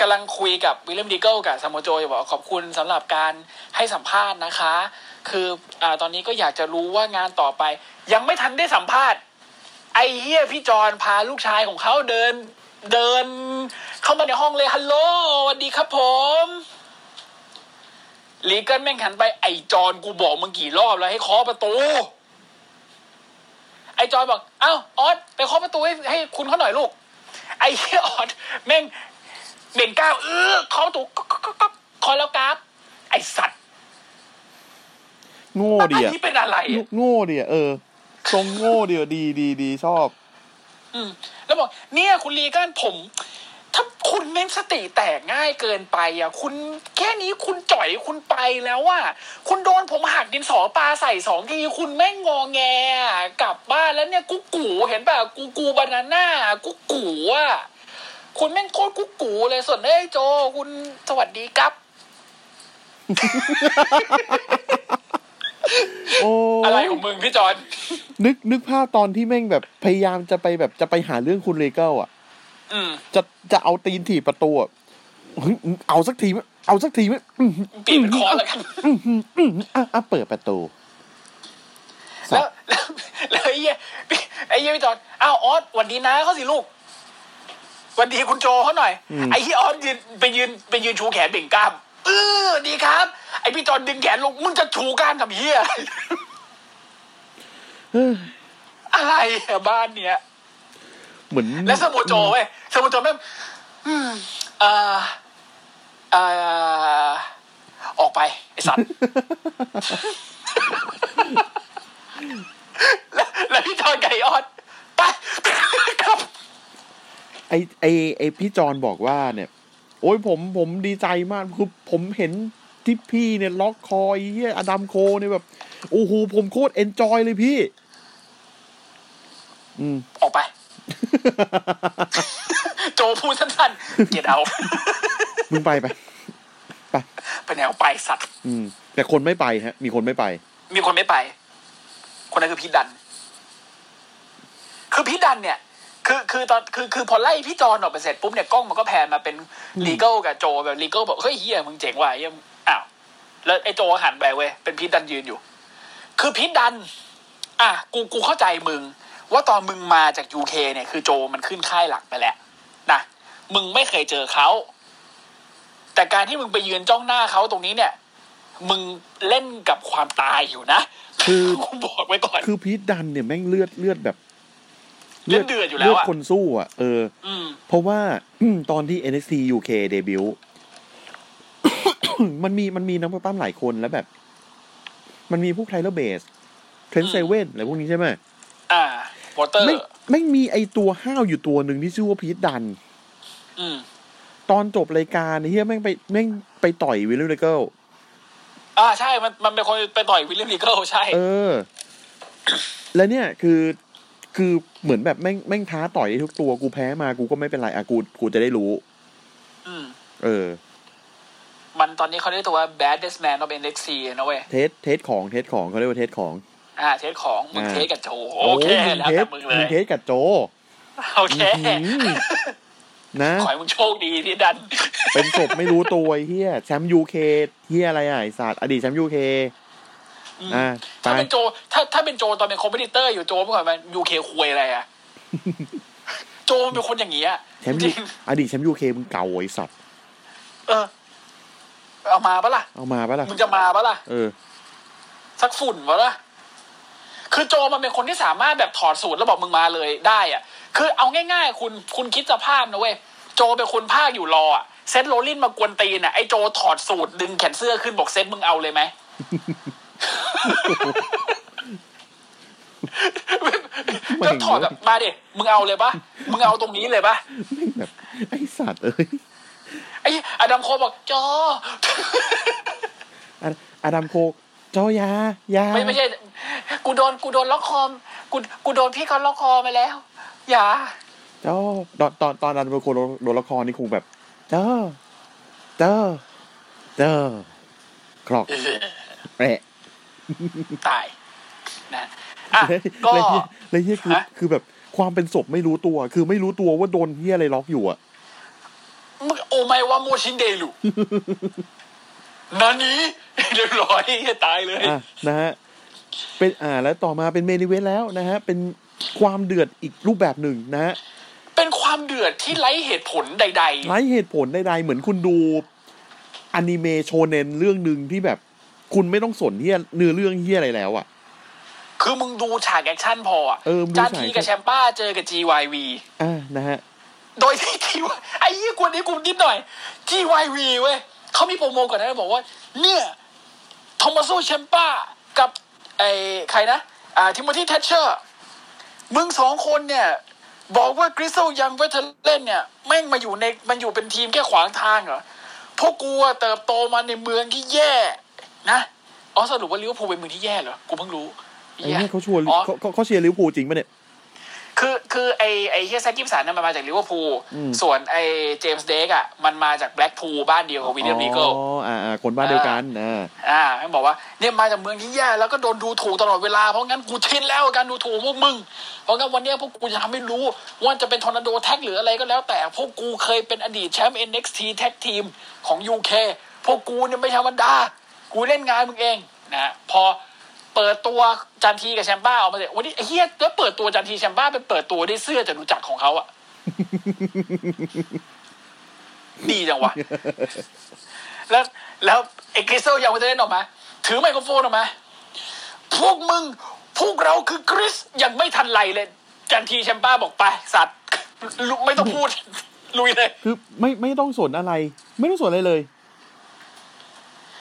กำลังคุยกับวิลเลียมดีเกิลกับซามโมโจอยู่บอกว่าขอบคุณสำหรับการให้สัมภาษณ์นะคะ คืออ่าตอนนี้ก็อยากจะรู้ว่างานต่อไป ยังไม่ทันได้สัมภาษณ์ ไอ้เฮียพี่จอนพาลูกชายของเขาเดิน เดิน เข้ามาในห้องเลยฮัลโหลสวัสดีครับผมลีเกิลแม่งหันไปไอ้จอนกูบอกมึงกี่รอบแล้วให้เคาะประตู ไอจอยบอก เอ้าออสไปเคาะประตูให้ให้คุณเขาหน่อยลูก ไอเหี้ยออสแม่งเด่นก้าวเออเคาะประตูก๊อกก๊อกก๊อกก๊อกเคาะแล้วครับ ไอสัตว์
โง่ดี
อั
อ่ะ
นนี้เป็นอะไรอะ
โง่ดีอ่ะเออทรงโง่ดีอ่ะดีดีดีชอบ
อืม แล้วบอก เนี่ยคุณลีกันผม ถ้าคุณแม่งสติแตกง่ายเกินไปอ่ะ คุณแค่นี้คุณจ่อยคุณไปแล้วอ่ะคุณโดนผมหักดินสอปลาใส่สองทีคุณแม่งงอแงอะกลับบ้านแล้วเนี่ยกุ๊กกูเห็นป่ะกูกูบานาน่ากุ๊กกูอ่ะ คุณแม่งโคตรกุ๊กกูเลยส่วนเอ้ยโจ คุณสวัสดีครับ
โอ้
อะไรของมึงพี่จอน
นึกนึกภาพตอนที่แม่งแบบพยายามจะไปแบบจะไปหาเรื่องคุณเลเกลอ่ะ
อืม
จะจะเอาตีนถีบประตูอะเฮ้ยเอาสักทีไหมเอาสักทีไหมอืม
เปลี่ยนเป็นคอร์สแล้วกัน
อืมอ่ะอ่ะเปิดประตู ครับ
แล้วแล้ว แล้วไอ้เหี้ยพี่ไอ้เหี้ยพี่จอนอ้าวออสหวันดีนะเขาสิลูกหวันดีคุณโจเขาหน่อย ไอ้เหี้ยออสยืนไปยืนไปยืนชูแขนเบ่งกล้ามเออดีครับ ไอ้พี่จอนดึงแขนลงมึงจะชูกล้ามทำเหี้ยอะไรอะไร อะบ้านเนี้ย
เหมือน
และสมุโจเว้ยสมุโจแม่งอืมเอ่อเอ่อออกไป ไอ้สัตว์ แล้วแล้วพี่จอนไก่ออดไปครับ
ไอไอไอพี่จอนบอกว่าเนี่ย โอ้ยผมผมดีใจมากคือผมเห็นที่พี่เนี่ยล็อกคอไอ้เฮียอดัมโคเนี่ยแบบโอ้โหผมโคตรเอนจอยเลยพี่ อืม
ออกไป โจพูดสั้นๆเกลียดเอา
มึงไปไป
ไปไหนออกไปสัตว์
อืม แต่คนไม่ไปฮะ มีคนไม่ไป
มีคนไม่ไป คนนั้นคือพี่ดัน คือพี่ดันเนี่ย คือคือตอนคือคือพอไล่พี่จอนออกไปเสร็จปุ๊บเนี่ยกล้องมันก็แพนมาเป็นลีเกลกับโจแบบลีเกลบอกเฮ้ยเฮียมึงเจ๋งว่ะเฮียอ้าวแล้วไอ้โจหันไปเว้ยเป็นพี่ดันยืนอยู่ คือพี่ดัน อ่ะกูกูเข้าใจมึง ว่าตอนมึงมาจากยูเคเนี่ยคือโจมันขึ้นค่ายหลักไปแล้วนะมึงไม่เคยเจอเขาแต่การที่มึงไปยืนจ้องหน้าเขาตรงนี้เนี่ย มึงเล่นกับความตายอยู่นะ
คือ
กูบอกไว้ก่อน
คือพีทดันเนี่ยแม่งเลือดเลือดแบบ
เลือดเดือดอยู่แล้วอะ
เลือดคนสู้อ่ะเออ
อืม
เพราะว่า ตอนที่ NXT UK เดบิวต์ มันมีมันมีนักปั้มหลายคนแล้วแบบ มันมีพวกไทเลอร์เบสเทรน
อืม
เซเว่นอะไรพวกนี้ใช่ไหม
อ่า วอเตอร์
ไม่ไม่มีไอตัวห้าวอยู่ตัวหนึ่งที่ชื่อว่าพีทดัน
อืม
ตอนจบรายการเฮียแม่งไปแม่งไปต่อยวิลเลอร์เกิล
อ่าใช่ มันมันเป็นคนไปต่อยวิลเลียมลีเกิลใช่
เออ แล้วเนี่ยคือคือเหมือนแบบแม่งแม่งท้าต่อยได้ทุกตัวกูแพ้มากูก็ไม่เป็นไรอะกูกูจะได้รู้
อืม
เออ
มันตอนนี้เขาเรียกตัวว่า baddest man of NXT นะเว้ย
เทสเทสของเทสของเขาเรียกว่าเทสของ
อ่า เทสของ มึง
อ่า
เทสกับโจโอเค
ย
แล้วแต่มึงเล
มึ
ย
งเทสกับโจ
โอเค
อื้อหือ นะ
ขอให้มึงโชคดีที่ดัน
เป็นศพไม่รู้ตัวไอ้เฮียแชมป์ยูเคเฮียอะไรอ่ะไอสัตว์อดีตแชมป์ยูเค
อืม
อ่ะไป
ถ้าเป็นโจ ถ้าถ้าเป็นโจตอนเป็นคอมเพติเตอร์อยู่โจเมื่อก่อนมันยูเคคุยอะไร อะ โจมันเป็นคนอย่างนี้อะ
แชมป์
จ
ยู
ริง
อดีตแชมป์ยูเคมึงเก่าไอสัตว์
เออ เอามาปะล่ะ
เอามาปะล่ะ
มึงจะมาปะล่ะ
เออ
สักฝุ่นวะล่ะ คือโจมันเป็นคนที่สามารถแบบถอดสูตรแล้วบอกมึงมาเลยได้อะคือเอาง่ายๆ คุณคุณคิดสภาพนะเว้ยโจเป็นคนภาคอยู่รออะเซตโรลลินมากวนตีนอะไอโจถอดสูตรดึงแขนเสื้อขึ้นบอกเซตมึงเอาเลยไหม ก็ถอดแบบมาดิมึงเอาเลยปะมึงเอาตรงนี้เลยปะ
แม่งแบบไอสัตว์เอ้ย
ไอ้อดัมโคบอกจอ
อะอาดัมโคเจ้ายายา
ไม่ไม่ใช่ กูโดนกูโดนล็อกคอมกูกูโดนพี่เขาล็อกคอมาแล้ว อย่า
เจ้าตอนตอนตอนอาดัมโคโดนโดนละครนี่คงแบบ เจ้าเจ้าเจ้ากรอกแปะ
ตายนะอ่ะ
และ
ก็
และเหี้ยและเฮียคือ
ฮะ
คือแบบความเป็นศพไม่รู้ตัว คือไม่รู้ตัวว่าโดนเฮียอะไรล็อกอยู่อ่ะ
มึงโอไมวาโมชินเด ลุนันนี้ เรียบร้อยจะตายเลย
อ่ะนะฮะเป็นอ่าแล้วต่อมาเป็นเมนิเวสแล้วนะฮะ เป็นความเดือดอีกรูปแบบหนึ่งนะฮะ
เป็นความเดือดที่ไร้เหตุผลใด
ไร้เหตุผลใดๆเหมือนคุณดูอนิเมะโชเนนเรื่องหนึ่งที่แบบ คุณไม่ต้องสนเฮียเนื้อเรื่องเฮียอะไรแล้วอ่ะ
ๆ คือมึงดูฉากแอคชั่นพออ่ะ
เออมึงดู
จา
ฉาก
ทีกับแชมป้าเจอกับ GYV
อ่านะฮะ
โดยที่คิดว่าไอ้ยี่กวนนี้กูนิดหน่อย GYV เว้ยเขามีโปรโมก่อนนะบอกว่า เนี่ยทอมัสโซแชมป้ากับไอ้ใครนะอ่าทิโมธีแทชเชอร์มึงสองคนเนี่ย บอกว่ากริซเซลยังเวทเล่นเนี่ย แม่งมาอยู่ในมันอยู่เป็นทีมแค่ขวางทางเหรอพวกกูอะเติบโตมาในเมืองที่แย่นะอ๋อสรุปว่าลิเวอร์พูลเป็นเมืองที่แย่เหรอกูเพิ่งรู้
ไอ้เนี่ยเขาชวน
อ๋อ
เขาเขาเขาเชียร์ลิเวอร์พูลจริงปะเนี่ย
คือคือไอไอเฮียแซคกิมสันน่ะมันมาจากลิเวอร์พูล
อืม
ส่วนไอเจมส์เดกอ่ะ มันมาจากแบล็กพูลบ้านเดียวกับวิลเลียมลีเกิล
อ๋ออ่าอ่าคนบ้านเดียวกันอ่า
อ่ามันบอกว่าเนี่ยมาจากเมืองที่แย่แล้วก็โดนดูถูกตลอดเวลา เพราะงั้นกูชินแล้วกับการดูถูกพวกมึง เพราะงั้นวันเนี้ยพวกกูจะทำให้รู้ ว่าจะเป็นทอร์นาโดแท็กหรืออะไรก็แล้ว แต่พวกกูเคยเป็นอดีตแชมป์ NXT แท็กทีมของ UK พวกกูเนี่ยไม่ธรรมดา กูเล่นงานมึงเองนะพอเปิดตัวจันทีกับแชมป้าออกมาเลยวันนี้ไอ้เฮียแล้วเปิดตัวจันทีแชมป้าเป็นเปิดตัวด้วยเสื้อจตุจักรของเขาอะ ดีจังวะ แล้วแล้วไอ้คริสโซยังไม่ได้เล่นออกมา ถือไมโครโฟนออกมา พวกมึง พวกเราคือคริสยังไม่ทันไรเลย จันทีแชมป้าบอกไป สัตว์ ลุไม่ต้องพูด ลุยเลย
คือไม่ไม่ต้องสนอะไร ไม่ต้องสนอะไรเลย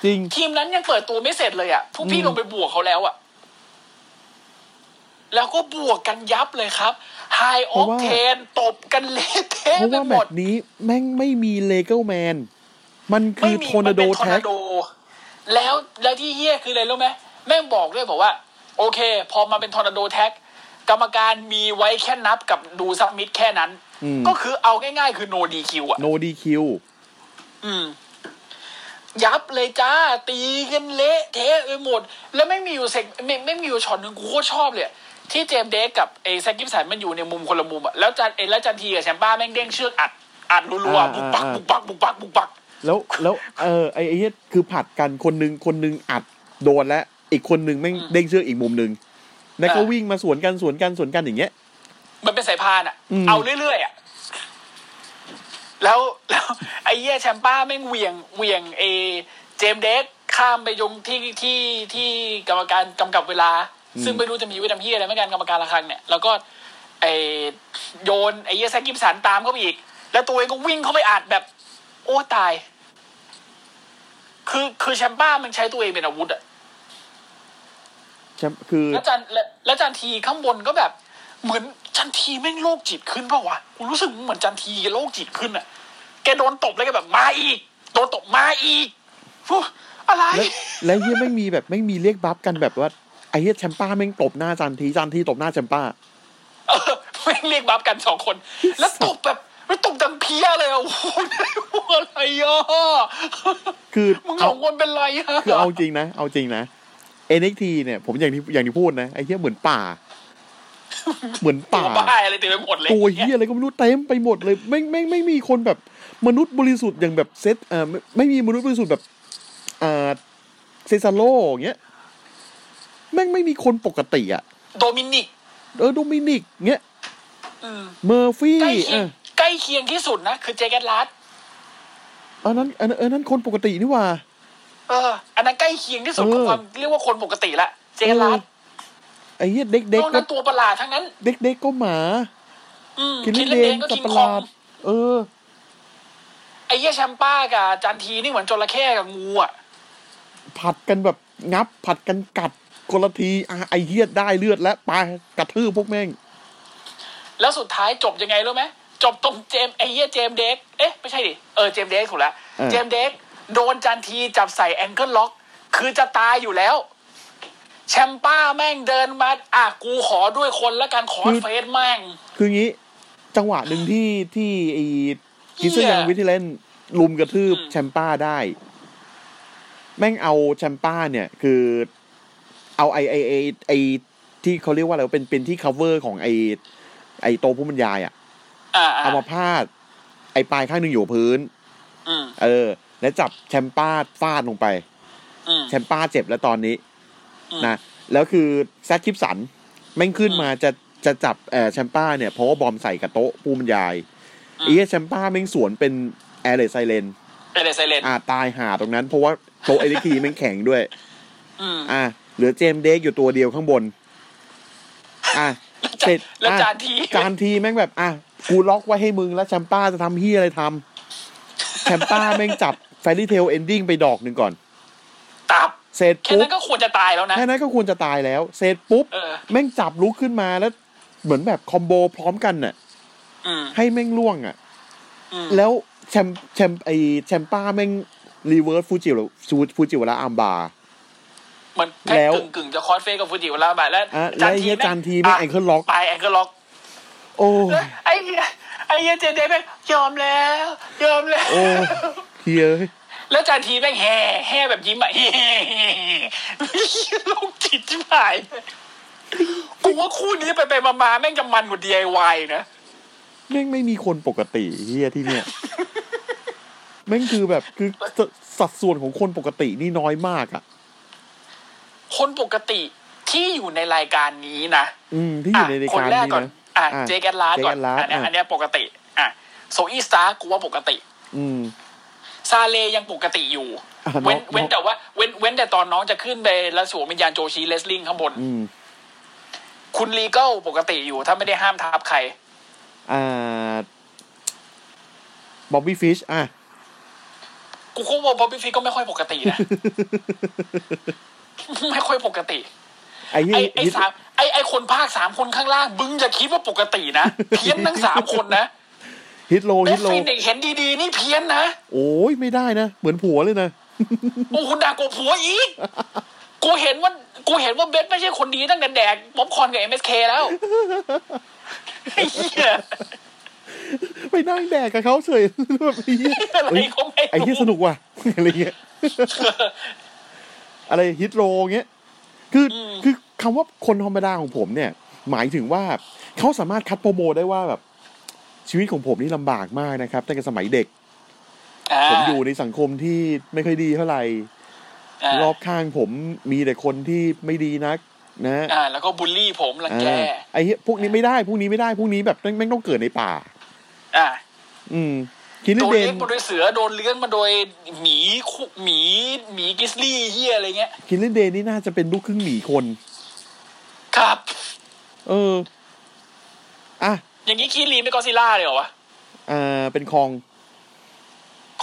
จริง
ทีมนั้นยังเปิดตัวไม่เสร็จเลยอ่ะ พวกพี่
อืม
ลงไปบวกเขาแล้วอ่ะ แล้วก็บวกกันยับเลยครับไฮออกเทนตบกันเละเทะ
เพราะ
ไป
ว่า
ห
แม
ม
ต
ด
ช์นี้แม่งไม่มีเลเกลแมน มันคือ
ไม่มี
ทอร์นาโด
มัเป็
แท็ก
ทอร์นาโดแล้วแล้วที่เฮี้ยคืออะไรรู้ไหมแม่งบอกด้วยบอกว่า โอเค พอมาเป็นทอร์นาโดแท็กกรรมการมีไว้แค่นับกับดูซับมิดแค่นั้น
อืม
ก็คือเอาง่ายๆ คือโนดีคิวอ่ะ
โนดีคิว
อืม ยับเลยจ้า ตีกันเละเทะไปหมด แล้วไม่มีอยู่เซกไม่ไม่มีอยู่ช็อตหนึ่งกูโคตรชอบเลยอะที่เจมส์เดกกับไอ้แซคกิมสันมันอยู่ในมุมคนละมุมอะแล้วจันเอยแล้วจันทีกับแชมป้าแม่งเด้งเชือกอัดอัดรัว
อ่า
ๆบุกปัก
อ่า
บุกปักบุกปักบุกปัก
แล้วแล้วเออไอ้ไอ้เหี้ยคือผัดกันคนหนึงคนหนึงอัดโดนและอีกคนหนึงแม่ง
อืม
เด้งเชือกอีกมุมหนึงแล้วก็
อ่า
วิ่งมาสวนกันสวนกันสวนกันอย่างเงี้ย
มันเป็นสายพานอะ
อืม
เอาเรื่อยๆอะแล้วแล้ว ไอ้เหี้ยแชมป้าแม่งเหวียงเหวียงเอเจมส์เดกข้ามไปยงที่ที่ที่กรรมการกำกับเวลา ซึ่งไม่รู้จะมีไวิธีเฮียอะไรเหมือนกันกรรมการละครั้งเนี่ย แล้วก็ไอโยนไอ้เหี้ยแซคกิมสันตามเข้าไปอีก แล้วตัวเองก็วิ่งเข้าไปอัดแบบ โอ้ตาย คือคือแชมป้ามันใช้ตัวเองเป็นอาวุธอะ
ใช่คือ
แล้วจันและแล้วจันทีข้างบนก็แบบ เหมือนจันทีแม่งโรคจิตขึ้นเปล่าวะกูรู้สึกเหมือนจันทีโรคจิตขึ้นอ่ะ แกโดนตบแล้วแกแบบมาอีกโดนตบมาอีกฟูอะไร
แล้วแล้วเฮียไม่งมีแบบไม่งมีเรียกบัฟกันแบบว่าไอ้เฮียแชมป้าแม่งตบหน้าจันทีจันทีตบหน้าแชมป้า
เออแม่งเรียกบัฟกันสองคน แล้วตบแบบไม่ตบดังเพี้ยเลยอ่ะโอ้โหอะไรอ่ะ
คือ
มึงส
เอา
องคนเป็นไรอ่ะ
คือเอาจริงนะ เอาจริงนะ NXT เนี่ยผมอย่างที่อย่างที่พูดนะไอ้เฮียเหมือนป่า เหมือน
ตัว
ป่า
บ้าอะไรเต็มไปหมดเลย
ตัวเฮียอะไรก็ไม่รู้เต็มไปหมดเลยไม่ไม่ไม่มีคนแบบมนุษย์บริสุทธิ์อย่างแบบเซตเอ่อไม่ไม่มีมนุษย์บริสุทธิ์แบบอ่าเซซาโลอย่างเงี้ยแม่งไม่มีคนปกติอ่ะ
โดมินิก
เออโดมินิกเงี้ย
อืม
เมอร์ฟี่
ใกล้
เอ
เคียง
อ
ใกล้เคียงที่สุดนะคือเจแกนลัด
อันนั้นอันนั้นอันนั้นคนปกตินี่หว่า
เออ อันนั้นใกล้เคียงที่สุดของความเรียกว่าคนปกติละเจแกนลัด
เออ ไอ้เหี้ยเด็กๆ
นอก
ก็
นั้นตัวประหลาดทั้งนั้น
เด็กๆก็หมา
อืม
กิน
คิ
เล่น
ด
เอ
เล่นเอง งก็
สับ
คิง
ประ
ค
ห
อง
ลาดเออ
ไอ้เหี้ยแชมป้ากับจันทีนี่เหมือนจระเข้กับงูอ่ะ
ผัดกันแบบงับ ผัดกันกัดคนละทีอ่ะไอเหี้ยได้เลือดแล้วไปกระทืบพวกแม่ง
แล้วสุดท้ายจบยังไงรู้ไหมจบตรงเจมส์ไอ้เหี้ยเจมส์เด็ก เอ๊ะ ไม่ใช่ดิ เออ เจมส์เด็กถูกแล้ว
เออ
เจมส์เด็ก โดนจันทีจับใส่แองเกิลล็อก คือจะตายอยู่แล้ว แชมป้าแม่งเดินมา อ่ะ กูขอด้วยคนแล้วกันขอเฟสแม่ง
คืองี้ จังหวะหนึ่งที่ที่ไอกิซ
เหี้ย
ยังวิทเล่นลุมกระทืบ
อืม
แชมป้าได้ แม่งเอาแชมป้าเนี่ย คือเอาไอไอไอไอที่เขาเรียกว่าอะไรวะเป็นเป็นที่ cover ของไอไอโตะผู้บรรยายอะ
อ่าอ่า
เอามาพาด ไอปลายข้างหนึ่งอยู่กับพื้น
อืม
เออ แล้วจับแชมป้าฟาดลงไป
อืม
แชมป้าเจ็บแล้วตอนนี้
อืม
นะแล้วคือแซคคิปสันแม่งขึ้น
อืม
มาจะจะจับเอ่อแชมป้าเนี่ยเพราะว่าบอมใส่กับโต๊ะปูมบรรยาย
อืม
ไอ้เหี้ยแชมป้าแม่งสวนเป็นแอร์เลสไซเลน
เป็นไอไซเลน
อ่าตายหาตรงนั้น เพราะว่าโต๊ะเอลิคีแม่งแข็งด้วย
อืม
อ่าเหลือเจมส์เด็กอยู่ตัวเดียวข้างบน อ่าเสร็จ
แล้ว
อ่ะ
จานที
จานทีแม่งแบบอ่ะกูล็อกไว้ให้มึงแล้วแชมป้าจะทำเฮียอะไรทำแชมป้า แม่งจับแฟรี่เทลเอนดิ้งไปดอกหนึ่งก่อน
ตับ
เสร็จ
แค่
ปุ๊บ
นั้นก็ควรจะตายแล้วนะ
แค่นั้นก็ควรจะตายแล้ว เสร็จปุ๊บ
เออ
แม่งจับลุกขึ้นมาแล้ว เหมือนแบบคอมโบพร้อมกันน่ะ
อืม
ให้แม่งล่วงอ่ะ
อืม
แล้วแชมแชมไอแชมป้าแม่งรีเวิร์สฟูจิวฟูฟูจิวระอัมบาร์
เหมือนแค่
แล้ว
กึ่งกึ่งๆจะคอสเฟย์กับฟูจิวราบาแล้ว
อ่ะแล้วไอ้เหี้ยจานทีแม่ง
ะ
Ankle Lock
ไปแองเกิลล็อก
โอ้ย
ไอ้เหี้ยไอ้เหี้ยเจเดแม่งยอมแล้ว ยอมแล้ว
โอ้ยเฮียเอ้ย
แล้วจานทีแม่งแห่แห่แบบยิ้มอะแห่ลูกจิตที่หายกูว่าคู่นี้ไปไปมามาๆแม่งจะมันกว่า DIY นะ
แม่งไม่มีคนปกติเฮียที่เนี่ย แม่งคือแบบคือสสัดส่วนของคนปกตินี่น้อยมากอ่ะ
คนปกติที่อยู่ในรายการนี้นะ
อืมที่อยู่ในราย
คน
การ
แรก
นี้
ก่อน
นะ
อ่ะ
อ่ะ
เจแกนลาร์ด
เจ
ก่
แก
อน
นลาร์ด
อันเนี้ย
อ่ะ
อันเนี้ยปกติ อ่ะโซอีสตาร์กูว่าปกติ
อืม
ซาเลยังปกติอยู่
อ่ะ
เว้น
น้อง
เว้นแต่ว่าเว้นเว้นแต่ตอนน้องจะขึ้นไปแล้วสวมวิญญาณโจชีเลสลิงข้างบน
อืม
คุณลีก็ปกติอยู่ถ้าไม่ได้ห้ามทับใคร
อ่าบ๊อบบี้ฟิชอ่ะ
กูก็ว่าบ๊อบบี้ฟิกก็ไม่ค่อยปกติ นะ ไม่ค่อยปกติ
ไอ้เหี้
ไอย ไอสามไอไอคนภาคสามคนข้างล่าง บึงอย่าคิดว่าปกตินะ เพี้ยนทั้งสามคนนะ
ฮิตโล
เบ
ฮิ
ส
ตโล
ฟินิกซ์เห็นดีๆ นี่เพี้ยนนะ
โอ้ยไม่ได้นะ เหมือนผัวเลยนะ
โอ้คุณด่ากูผัวอีก กูเห็นว่ากูเห็นว่าเบสไม่ใช่คนดีตั้งแต่แดกบ๊อบคอร์นกับเอ็มเอสเค แล้วไอ้เหี้ย
ไปนั่งแดกกับเขาเฉย แบบไอ้เหี้ย
อะไร
เอ้ย
ก็ไม่
ไอ้เหี้ย
รู้
สนุกว่ะ อะไรเงี้ย อะไรฮิตโลเงี้ย คืออคือคำว่าคนธรรมดาของผมเนี่ย หมายถึงว่าเขาสามารถคัดโปรโมได้ว่าแบบ ชีวิตของผมนี่ลำบากมากนะครับตั้งแต่สมัยเด็ก
า
ผมอยู่ในสังคมที่ไม่ค่อยดีเท่าไหร่
าร
อบข้างผมมีแต่คนที่ไม่ดีนัก นะ
อ่า แล้วก็บูลลี่ผมรังแก
อ่าไอ้เหี้ยพวกนี้ไม่ได้ พวกนี้ไม่ได้ พวกนี้แบบแม่งแม่งต้องเกิดในป่า
อ่า
อืมคิด
โด
เล่นเด
นเลี้ย
น
งมาโดยเสือโดนเลี้ยงมาโดยหมีคุหมีหมีกริซลี่เฮียอะไรเงี้ย
คิดเล่นเดนนี่น่าจะเป็นลูกครึ่งหมีคน
ครับ
เออ อ่ะ
อย่างนี้คีรีนไม่ก็อดซิลล่าเลยเหรอวะ
อ่าเป็นคลอง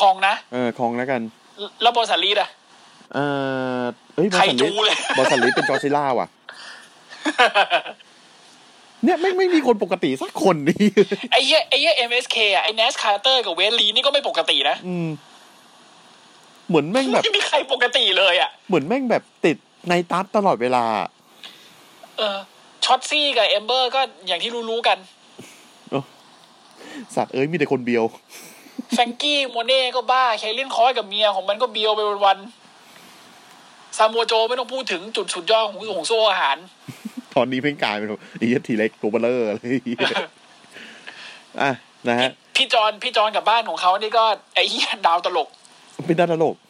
คองนะ
เออคลองแล้วกัน
แล้วบอสลีดอะ
เออเอ้ยบอสัน
ไค
ลิ
จู
ส
เลย
บ อสันลิสเป็นจอร์ซิล่าว่ะ เนี่ยไม่ไม่มีคนปกติสักคนนี่
ไอ้เหี้ยไอ้เหี้ยเอ็มเอสเคอะไอ้เนสคาร์เตอร์กับเวสลีนี่ก็ไม่ปกตินะ
อืม เหมือนแม่งแบบ
ไม่มีใครปกติเลยอะ
เหมือนแม่งแบบติดในตับตลอดเวลา
เออช็อตซี่กับเอมเบอร์ก็อย่างที่รู้ๆกัน
สัตว์เอ้ยมีแต่คนเบียว
แฟรงกี้โมเน่ก็บ้า แคลเลนคอยกับเมียของมันก็เบียวไปวันๆซามัวโจไม่ต้องพูดถึงจุดสุดยอดของของโซ่อาหาร
ตอนนี้เพ่งกลายเป็นแบบไอ้เหี้ยทีเล็กตัวเบลเลอร์อะไรอย่างเงี้ยอ่ะนะฮะ
พี่จอนพี่จอนกับบ้านของเขานี่ก็ไอ้เหี้ยดาวตลก
เป็นดาราตลก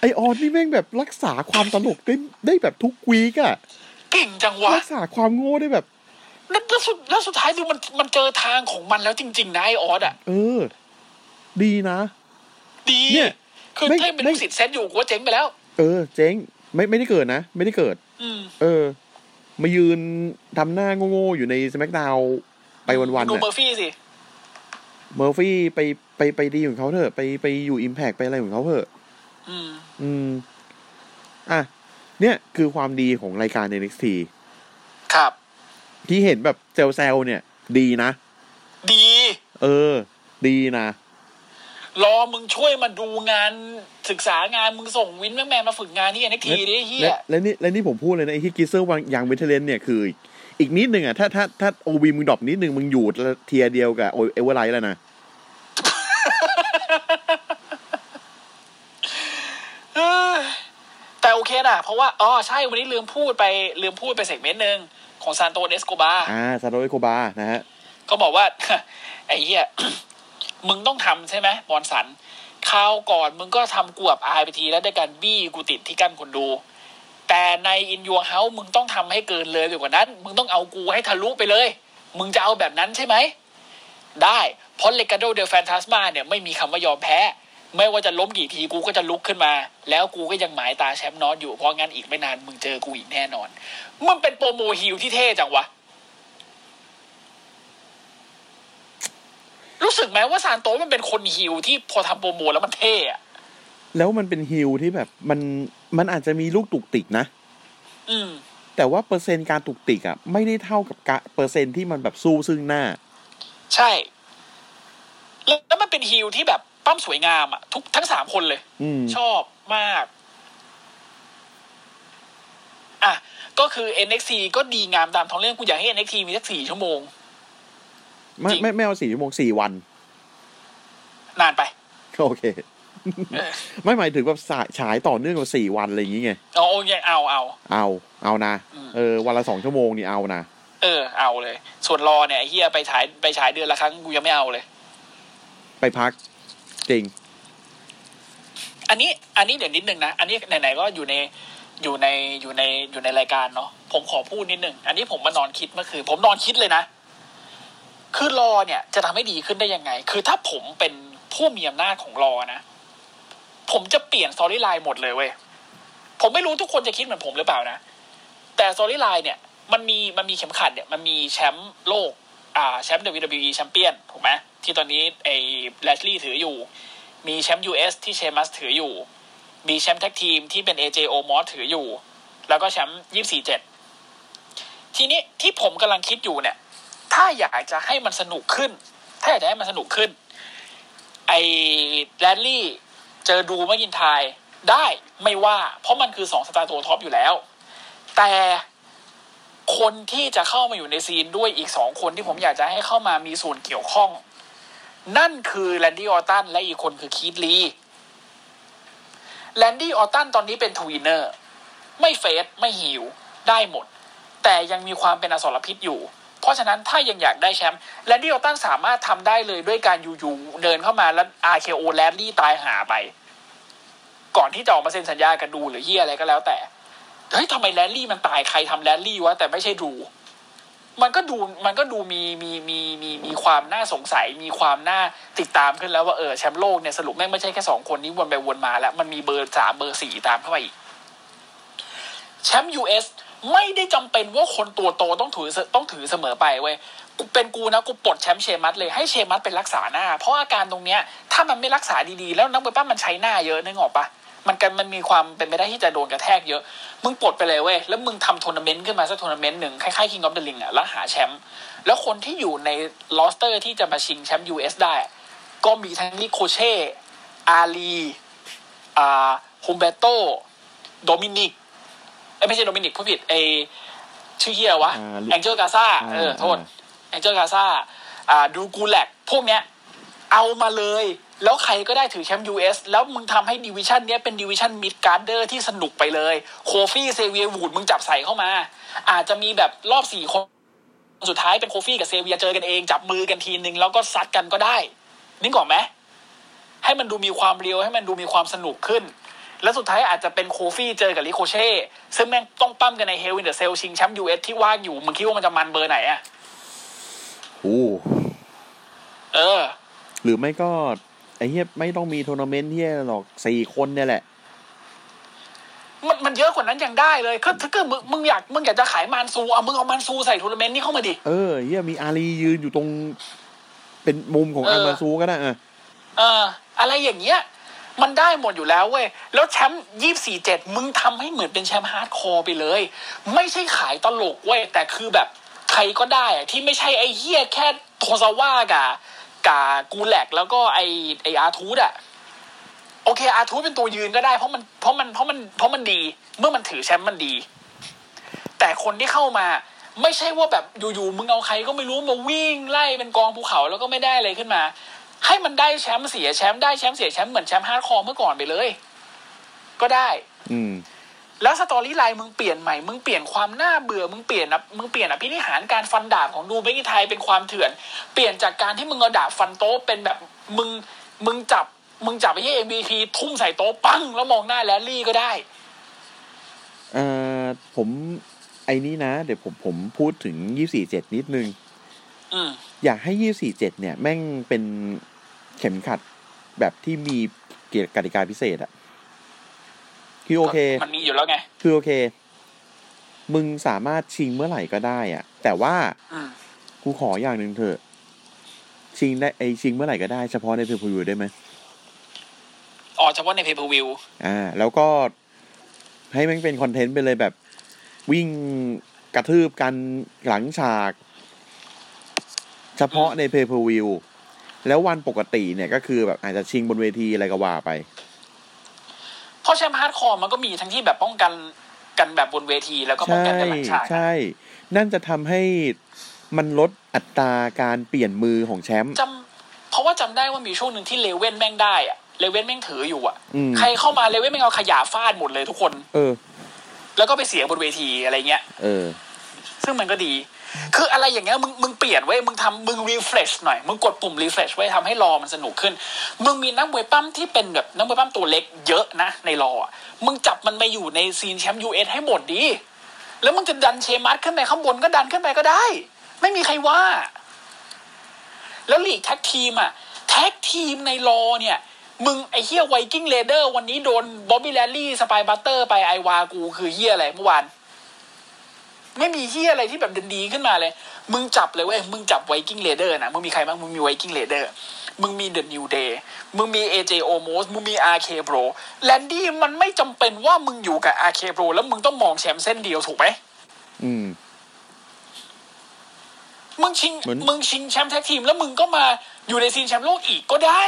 ไอออนนี่แม่งแบบรักษาความตลกได้ได้แบบทุกวีกอะ
เก่งจังวะ
รักษาความโง่ได้แบบ
แล้วแล้วสุดแล้วสุดท้ายดูมันมันเจอทางของมันแล้วจริงๆนะไอออสอ่ะ
เออ ดีนะ
ดี
เนี่ย
คือ
ไม่
ถ้าเป็น
ไม่
ลูกศิษย์เซตอยู่กูว่าเจ๊งไปแล้ว
เออ เจ๊งไม่ไม่ได้เกิดนะ ไม่ได้เกิด
อืม
เออ มายืนทำหน้าโง่ๆอยู่ในสมักดาวไปวันๆ
ดู
น่ะ
เมอร์ฟี่สิ
เมอร์ฟี่ไปไปไปดีของเขาเถอะ ไปไปอยู่อิมแพกไปอะไรของเขาเถอะ
อืม
อืม อ่ะ เนี่ยคือความดีของรายการ NXT
ครับ
ที่เห็นแบบเซลเซลเนี่ย ดีนะ
ดี
เออ ดีนะ
รอมึงช่วยมาดูงานศึกษางานมึงส่งวินแม่งแมนมาฝึกงานที่เอ็นทีดิไอ้เฮีย
และและนี่และนี่ผมพูดเลยนะ ไอ้ที่กิเซอร์วังยางเวทเทเลนเนี่ยคือ อีกนิดนึงอ่ะ ถ้าถ้าถ้าโอวีมึงดรอปนิดนึง มึงอยู่เทียร์เดียวกับโอเอเวอร์ไลท์แล้วนะ
เอ้ยแต่โอเคนะเพราะว่าอ๋อใช่วันนี้ลืมพูดไปลืมพูดไปเซกเมนต์หนึ่งของซานโตเดสโกบา
อ่าซาโดเอโคบานะฮะ
ก็บอกว่า ไอ้เหี้ย มึงต้องทำใช่ไหมบอลสันคราวก่อนมึงก็ทำกูอับอายไปทีแล้วด้วยการบี้กูติดที่กั้นคนดู แต่ในอินยัวเฮามึงต้องทำให้เกินเลยไปกว่านั้น มึงต้องเอากูให้ทะลุไปเลย มึงจะเอาแบบนั้นใช่ไหม ได้เพราะเลกาโดเดลแฟนทาสมาเนี่ยไม่มีคำว่ายอมแพ้ ไม่ว่าจะล้มกี่ทีกูก็จะลุกขึ้นมา แล้วกูก็ยังหมายตาแชมป์นอตอยู่เพราะงั้นอีกไม่นานมึงเจอกูอีกแน่นอนมันเป็นโปรโมฮิลที่เท่จังวะ รู้สึกไหมว่าซานโตสมันเป็นคนฮิวที่พอทำโปรโมแล้วมันเท่อะ
แล้วมันเป็นฮิลที่แบบมันมันอาจจะมีลูกตุกติกนะ
อืม
แต่ว่าเปอร์เซ็นต์การตุกติกอ่ะ ไม่ได้เท่ากับกะเปอร์เซ็นต์ที่มันแบบสู้ซึ่งหน้า
ใช่ แล้วแล้วมันเป็นฮิวที่แบบปั้มสวยงามอะทุกทั้งสามคนเลย
อืม
ชอบมาก อ่ะ ก็คือ NXT ก็ดีงามตามท้องเรื่องกูอยากให้ NXT มีสักสี่ชั่วโมง
ไม่
จริง
ไม่ไม่เอาสี่ชั่วโมงสี่วัน
นานไป
โอเค ไม่หมายถึงแบบสายฉายต่อเนื่องกับสี่วันอะไรอย่างเงี้ย
เอาเอาไงเอาเอา
เอาเอานะ
อืม
เออวันละสองชั่วโมงนี่เอานะ
เออ เอาเลย ส่วนรอเนี่ยไอ้เฮียไปฉายไปฉายเดือนละครั้งกูยังไม่เอาเลย
ไปพัก จริง
อันนี้อันนี้เดี๋ยวนิดนึงนะ อันนี้ไหนๆก็อยู่ในอยู่ในอยู่ในอยู่ในรายการเนาะผมขอพูดนิดนึง อันนี้ผมมานอนคิดเมื่อคืนผมนอนคิดเลยนะ คือรอเนี่ย จะทำให้ดีขึ้นได้ยังไง คือถ้าผมเป็นผู้มีอำนาจของรอนะ ผมจะเปลี่ยนสตอรี่ไลน์หมดเลยเว้ยผมไม่รู้ทุกคนจะคิดเหมือนผมหรือเปล่านะ แต่สตอรี่ไลน์เนี่ย มันมีมันมีเข็มขัดเนี่ยมันมีแชมป์โลก อ่าแชมป์ WWE แชมเปี้ยนถูกไหมที่ตอนนี้ไอ้แรชลี่ถืออยู่ มีแชมป์ US ที่เชมัสถืออยู่ มีแชมป์แท็กทีมที่เป็น AJ o m o s ถืออยู่ แล้วก็แชมป์ยี่สี่เจ็ดทีนี้ที่ผมกำลังคิดอยู่เนี่ย ถ้าอยากจะให้มันสนุกขึ้น ถ้าอยากจะให้มันสนุกขึ้น ไอ้แรลลี่เจอดูมายินไทายได้ไม่ว่า เพราะมันคือสองสตาร์ตัวท็อปอยู่แล้ว แต่คนที่จะเข้ามาอยู่ในซีนด้วยอีกสองคนที่ผมอยากจะให้เข้ามามีส่วนเกี่ยวข้อง นั่นคือแลนดี้ออตตันและอีกคนคือคีตลีแลนดี้ออตตันตอนนี้เป็นทวีเนอร์ ไม่เฟสไม่หิว ได้หมด แต่ยังมีความเป็นอสรพิษอยู่ เพราะฉะนั้นถ้ายังอยากได้แชมป์แลนดี้ออตตันสามารถทำได้เลยด้วยการอยู่ๆเดินเข้ามาแล้ว RKO แลนดี้ตายหาไป ก่อนที่จะออกมาเซ็นสัญญากันดูหรือเฮียอะไรก็แล้วแต่เฮ้ยทำไมแลนดี้มันตายใครทำแลนดี้วะแต่ไม่ใช่ดู มันก็ดูมันก็ดูมีมีมีมีมีความน่าสงสัยมีความน่าติดตามขึ้นแล้วว่าเออแชมป์โลกเนี่ยสรุปแม่งไม่ใช่แค่สองคนนี้วนไปวนมาแล้วมันมีเบอร์สามเบอร์สี่ตามเข้ามาอีกแชมป์ยูเอสไม่ได้จำเป็นว่าคนตัวโตต้องถือต้องถือเสมอไปเว้ยกูเป็นกูนะกูปลดแชมป์เชมัสเลยให้เชมัสเป็นรักษาหน้า เพราะอาการตรงเนี้ยถ้ามันไม่รักษาดีๆ แล้วนักมวยปั้มมันใช้หน้าเยอะนึกออกปะมันกันมันมีความเป็นไปได้ที่จะโดนกระแทกเยอะ มึงปลดไปเลยเว้ย แล้วมึงทำทัวร์นาเมนต์ขึ้นมาสักทัวร์นาเมนต์หนึ่งคล้ายๆ King of the Ring อ่ะ แล้วหาแชมป์ แล้วคนที่อยู่ในลอสเตอร์ที่จะมาชิงแชมป์ US ได้ ก็มีทั้งนิโคเช่ อาลีอ่าฮุมเบโตโดมินิกเอ้ยไม่ใช่โดมินิกผู้ผิดไอชื่อเฮียวะ
อ่า
แองเจลกาซาเออโทษ แองเจลกาซาอ่า ดูกูแลก พวกเนี้ย เอามาเลย แล้วใครก็ได้ถือแชมป์ US แล้วมึงทำให้ดิวิชันเนี้ยเป็นดิวิชันมิดการ์เดอร์ที่สนุกไปเลย โคฟี่เซเวียวูดมึงจับใส่เข้ามา อาจจะมีแบบรอบสี่คน สุดท้ายเป็นโคฟี่กับเซเวียเจอกันเอง จับมือกันทีนึง แล้วก็ซัดกันก็ได้นึกออกไหมให้มันดูมีความเรียวให้มันดูมีความสนุกขึ้น แล้วสุดท้ายอาจจะเป็นโคฟี่เจอกับลิโคเช่ซึ่งแม่งต้องปั้มกันในเฮลวินเดอร์เซลชิงแชมป์ US ที่ว่างอยู่มึงคิดว่ามันจะมันเบอร์ไหนอะ
โอ้
เออ
หรือไม่ก็ไอ้เหี้ยไม่ต้องมีทัวร์นาเมนต์เหี้ยหรอกสี่คนเนี่ยแหละ
มันมันเยอะกว่านั้นยังได้เลยก็ถ้าเกิดมึงมึงอยากมึงอยากจะขายมานซูเอามึงเอามานซูใส่ทัวร์นาเมนต์นี้เข้ามาดิ
เออเฮียมีอารียืนอยู่ตรง เป็นมุมของ
เอ
อา
อ
มาซูก็ได้อ่ะ
เอออะไรอย่างเงี้ย มันได้หมดอยู่แล้วเว้ย แล้วแชมป์ยี่สี่เจ็ดมึงทำให้เหมือนเป็นแชมป์ฮาร์ดคอร์ไปเลย ไม่ใช่ขายตลกเว้ย แต่คือแบบใครก็ได้อะที่ไม่ใช่ไอ้เฮียแค่โทซาว่ากะกะกูแลกแล้วก็ไอไออาร์ทูดอะโอเคอาร์ทูดเป็นตัวยืนก็ได้เพราะมันเพราะมันเพราะมันเพราะมันดี เมื่อมันถือแชมป์มันดี แต่คนที่เข้ามา ไม่ใช่ว่าแบบอยู่ๆมึงเอาใครก็ไม่รู้มาวิ่งไล่เป็นกองภูเขาแล้วก็ไม่ได้อะไรขึ้นมา ให้มันได้แชมป์เสียแชมป์ได้แชมป์เสียแชมป์เหมือนแชมป์ฮาร์ดคอร์เมื่อก่อนไปเลย ก็ได้
อืม
แล้วสตอรี่ไลน์มึงเปลี่ยนใหม่ มึงเปลี่ยนความน่าเบื่อ มึงเปลี่ยนนะมึงเปลี่ยนอภินิหารการฟันดาบของดูเบกิไทยเป็นความเถื่อน เปลี่ยนจากการที่มึงเอาดาบฟันโต๊ะเป็นแบบมึงมึงจับมึงจับไอ้เอ็มบีพีทุ่มใส่โต๊ะปังแล้วมองหน้าแลลี่ก็ได้
เอ่อผมไอ้นี้นะ เดี๋ยวผมผมพูดถึงยี่สี่เจ็ดนิดนึง
อืม
อยากให้ยี่สี่เจ็ดเนี่ย แม่งเป็นเข็มขัดแบบที่มีเกียรติกติกาพิเศษอะคือโอเค
มันมีอยู่แล้วไง
คือโอเค มึงสามารถชิงเมื่อไหร่ก็ได้อะแต่ว่า
อืม
กูขออย่างหนึ่งเถอะ ชิงได้ไอชิงเมื่อไหร่ก็ได้เฉพาะในเพลย์พวิวได้ไหม
อ๋อเฉพาะในเพย์เพอร์วิว
อ่า แล้วก็ให้แม่งเป็นคอนเทนต์ไปเลยแบบ วิ่งกระทืบกันหลังฉาก เฉพาะในเพย์พวิวแล้ววันปกติเนี่ยก็คือแบบอาจจะชิงบนเวทีอะไรก็ว่าไป
เพราะแชมป์ฮาร์ดคอร์มันก็มีทั้งที่แบบป้องกันกันแบบบนเวทีแล้วก็ป้อง
ใช่
กันกันหลังฉาก
ใช่ นั่นจะทำให้มันลดอัตราการเปลี่ยนมือของแชมป์
จำเพราะว่าจำได้ว่ามีช่วงหนึ่งที่เลเว่นแม่งได้อะเลเว่นแม่งถืออยู่อะ
อืม
ใครเข้ามาเลเว่นแม่งเอาขยะฟาดหมดเลยทุกคน
เออ
แล้วก็ไปเสียบนเวทีอะไรเงี้ย
เออ
ซึ่งมันก็ดี คืออะไรอย่างเงี้ยมึงมึงเปลี่ยนไว้ยมึงทำมึงรีเฟรชหน่อย มึงกดปุ่มรีเฟรชไว้ทำให้รอมันสนุกขึ้น มึงมีนักมวยปั้มที่เป็นแบบนักมวยปั้มตัวเล็กเยอะนะในรออะมึงจับมันมาอยู่ในซีนแชมป์ยูเอสให้หมดดี แล้วมึงจะดันเชมัสขึ้นไปข้างบนก็ดันขึ้นไปก็ได้ ไม่มีใครว่า แล้วลีกแท็กทีมอะแท็กทีมในรอเนี่ย มึงไอเฮียไวกิ้งเลเดอร์วันนี้โดนบ๊อบบี้แลนลี่สปายบัตเตอร์ไปไอวากูคือเฮียอะไรเมื่อวาน ไม่มีเฮียอะไรที่แบบดีๆขึ้นมาเลย มึงจับเลยเว้ย มึงจับไวกิ้งเลเดอร์นะ มึงมีใครบ้าง มึงมีไวกิ้งเลเดอร์ มึงมีเดอะนิวเดย์ มึงมี AJ o m o s มึงมี RK Bro แลนดี้มันไม่จำเป็นว่ามึงอยู่กับ RK Bro แล้วมึงต้องมองแชมป์เส้นเดียวถูกไหม
อืม
มึงชิง
เหมือน
มึงชิงแชมป์แท็กทีมแล้วมึงก็มาอยู่ในซีนแชมป์โลกอีกก็ได้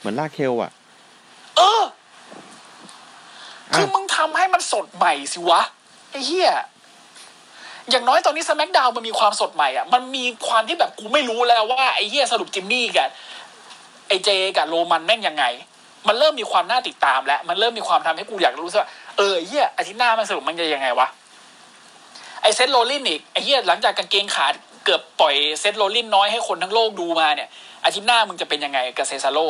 เหมือนลากเคลอะ
เออ
อ่ะ
คือมึงทำให้มันสดใหม่สิวะ ไอ้เหี้ย อย่างน้อยตอนนี้สแมกดาวมันมีความสดใหม่อ่ะ มันมีความที่แบบกูไม่รู้แล้วว่าไอ้เหี้ยสรุปจิมมี่กับไอ้เจกับโรมันแม่งยังไง มันเริ่มมีความน่าติดตามแล้ว มันเริ่มมีความทำให้กูอยากรู้สึกว่าเออไอ้เหี้ยอาทิตย์หน้ามันสรุปมันจะยังไงวะ ไอ้เซตโรลลินอีกไอ้เหี้ยหลังจากกางเกงขาดเกือบปล่อยเซตโรลลินน้อยให้คนทั้งโลกดูมาเนี่ยอาทิตย์หน้ามึงจะเป็นยังไงกับเซซาโล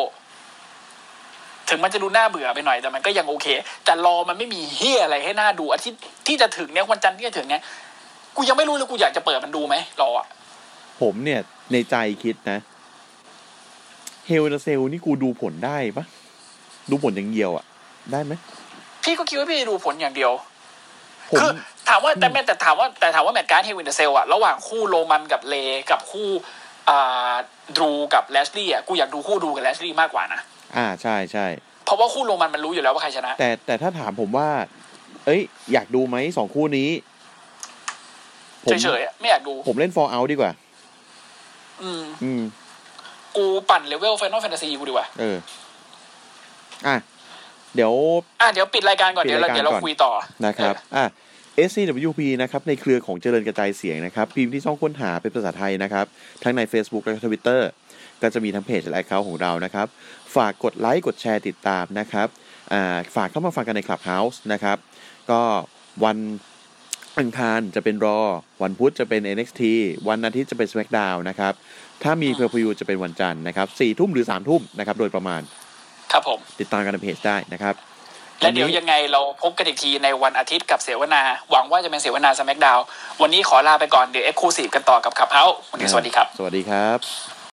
ถึงมันจะดูน่าเบื่อไปหน่อยแต่มันก็ยังโอเค แต่รอมันไม่มีเฮียอะไรให้น่าดูอาทิตย์ที่จะถึงเนี้ยวันจันทร์ที่จะถึงเนี้ยกูยังไม่รู้เลยกูอยากจะเปิดมันดูไหมรออะ
ผมเนี่ย ในใจคิดนะเฮลเซลนี่กูดูผลได้ปะดูผลอย่างเดียวอะได้ไหม
พี่ก็คิดว่าพี่จะดูผลอย่างเดียว
ผม
คือถามว่าแต่แม่แต่ถามว่าแต่ถามว่าแมตช์การ์ดเฮวินเดอร์เซลอะระหว่างคู่โรมันกับเลกับคู่อ่าดรูกับแลชลี่อะกูอยากดูคู่ดรูกับแลชลี่มากกว่านะ
อ่าใช่ใช่
เพราะว่าคู่โรมันมันรู้อยู่แล้วว่าใครชนะ
แต่แต่ถ้าถามผมว่า เอ้ย อยากดูไหมสองคู่นี้ ผม
เฉยๆอะไม่อยากดู
ผมเล่นฟอร์เอาดีกว่า
อืม
อืม
กูปั่นเลเวลไฟนอลแฟนตาซีกูดีกว่า
เออ อ่ะ เดี๋ยว
อ่ะเดี๋ยวปิดรายการก่อน
ปิด
เดี๋ยวเรา
รายการ
เดี๋ยวเรา
ก่อน
คุยต่อ
นะครับ
เออ
อ่ะ SCWP นะครับ ในเครือของเจริญกระจายเสียงนะครับ พิมพ์ที่ช่องค้นหาเป็นภาษาไทยนะครับ ทั้งใน Facebook และ Twitter ก็จะมีทั้งเพจและแอคเคาท์ของเรานะครับ ฝากกดไลค์กดแชร์ติดตามนะครับ อ่า ฝากเข้ามาฟังกันใน Clubhouse นะครับ ก็วันอังคารจะเป็นรอ วันพุธจะเป็น NXT วันอาทิตย์จะเป็น SmackDown นะครับ ถ้ามีเพอร์พิวจะเป็นวันจันทร์นะครับสี่ทุ่มหรือสามทุ่มนะครับ โดยประมาณ
ครับผม
ติดตามกันในเพจได้นะครับ
และเดี๋ยวยังไงเราพบกันอีกทีในวันอาทิตย์กับเสวนา หวังว่าจะเป็นเสวนาสแมกดาววันนี้ขอลาไปก่อนเดี๋ยวเอ็กซ์คลูซีฟกันต่อกับขับเฮาวันนี้สวัสดีครับ
สวัสดีครับ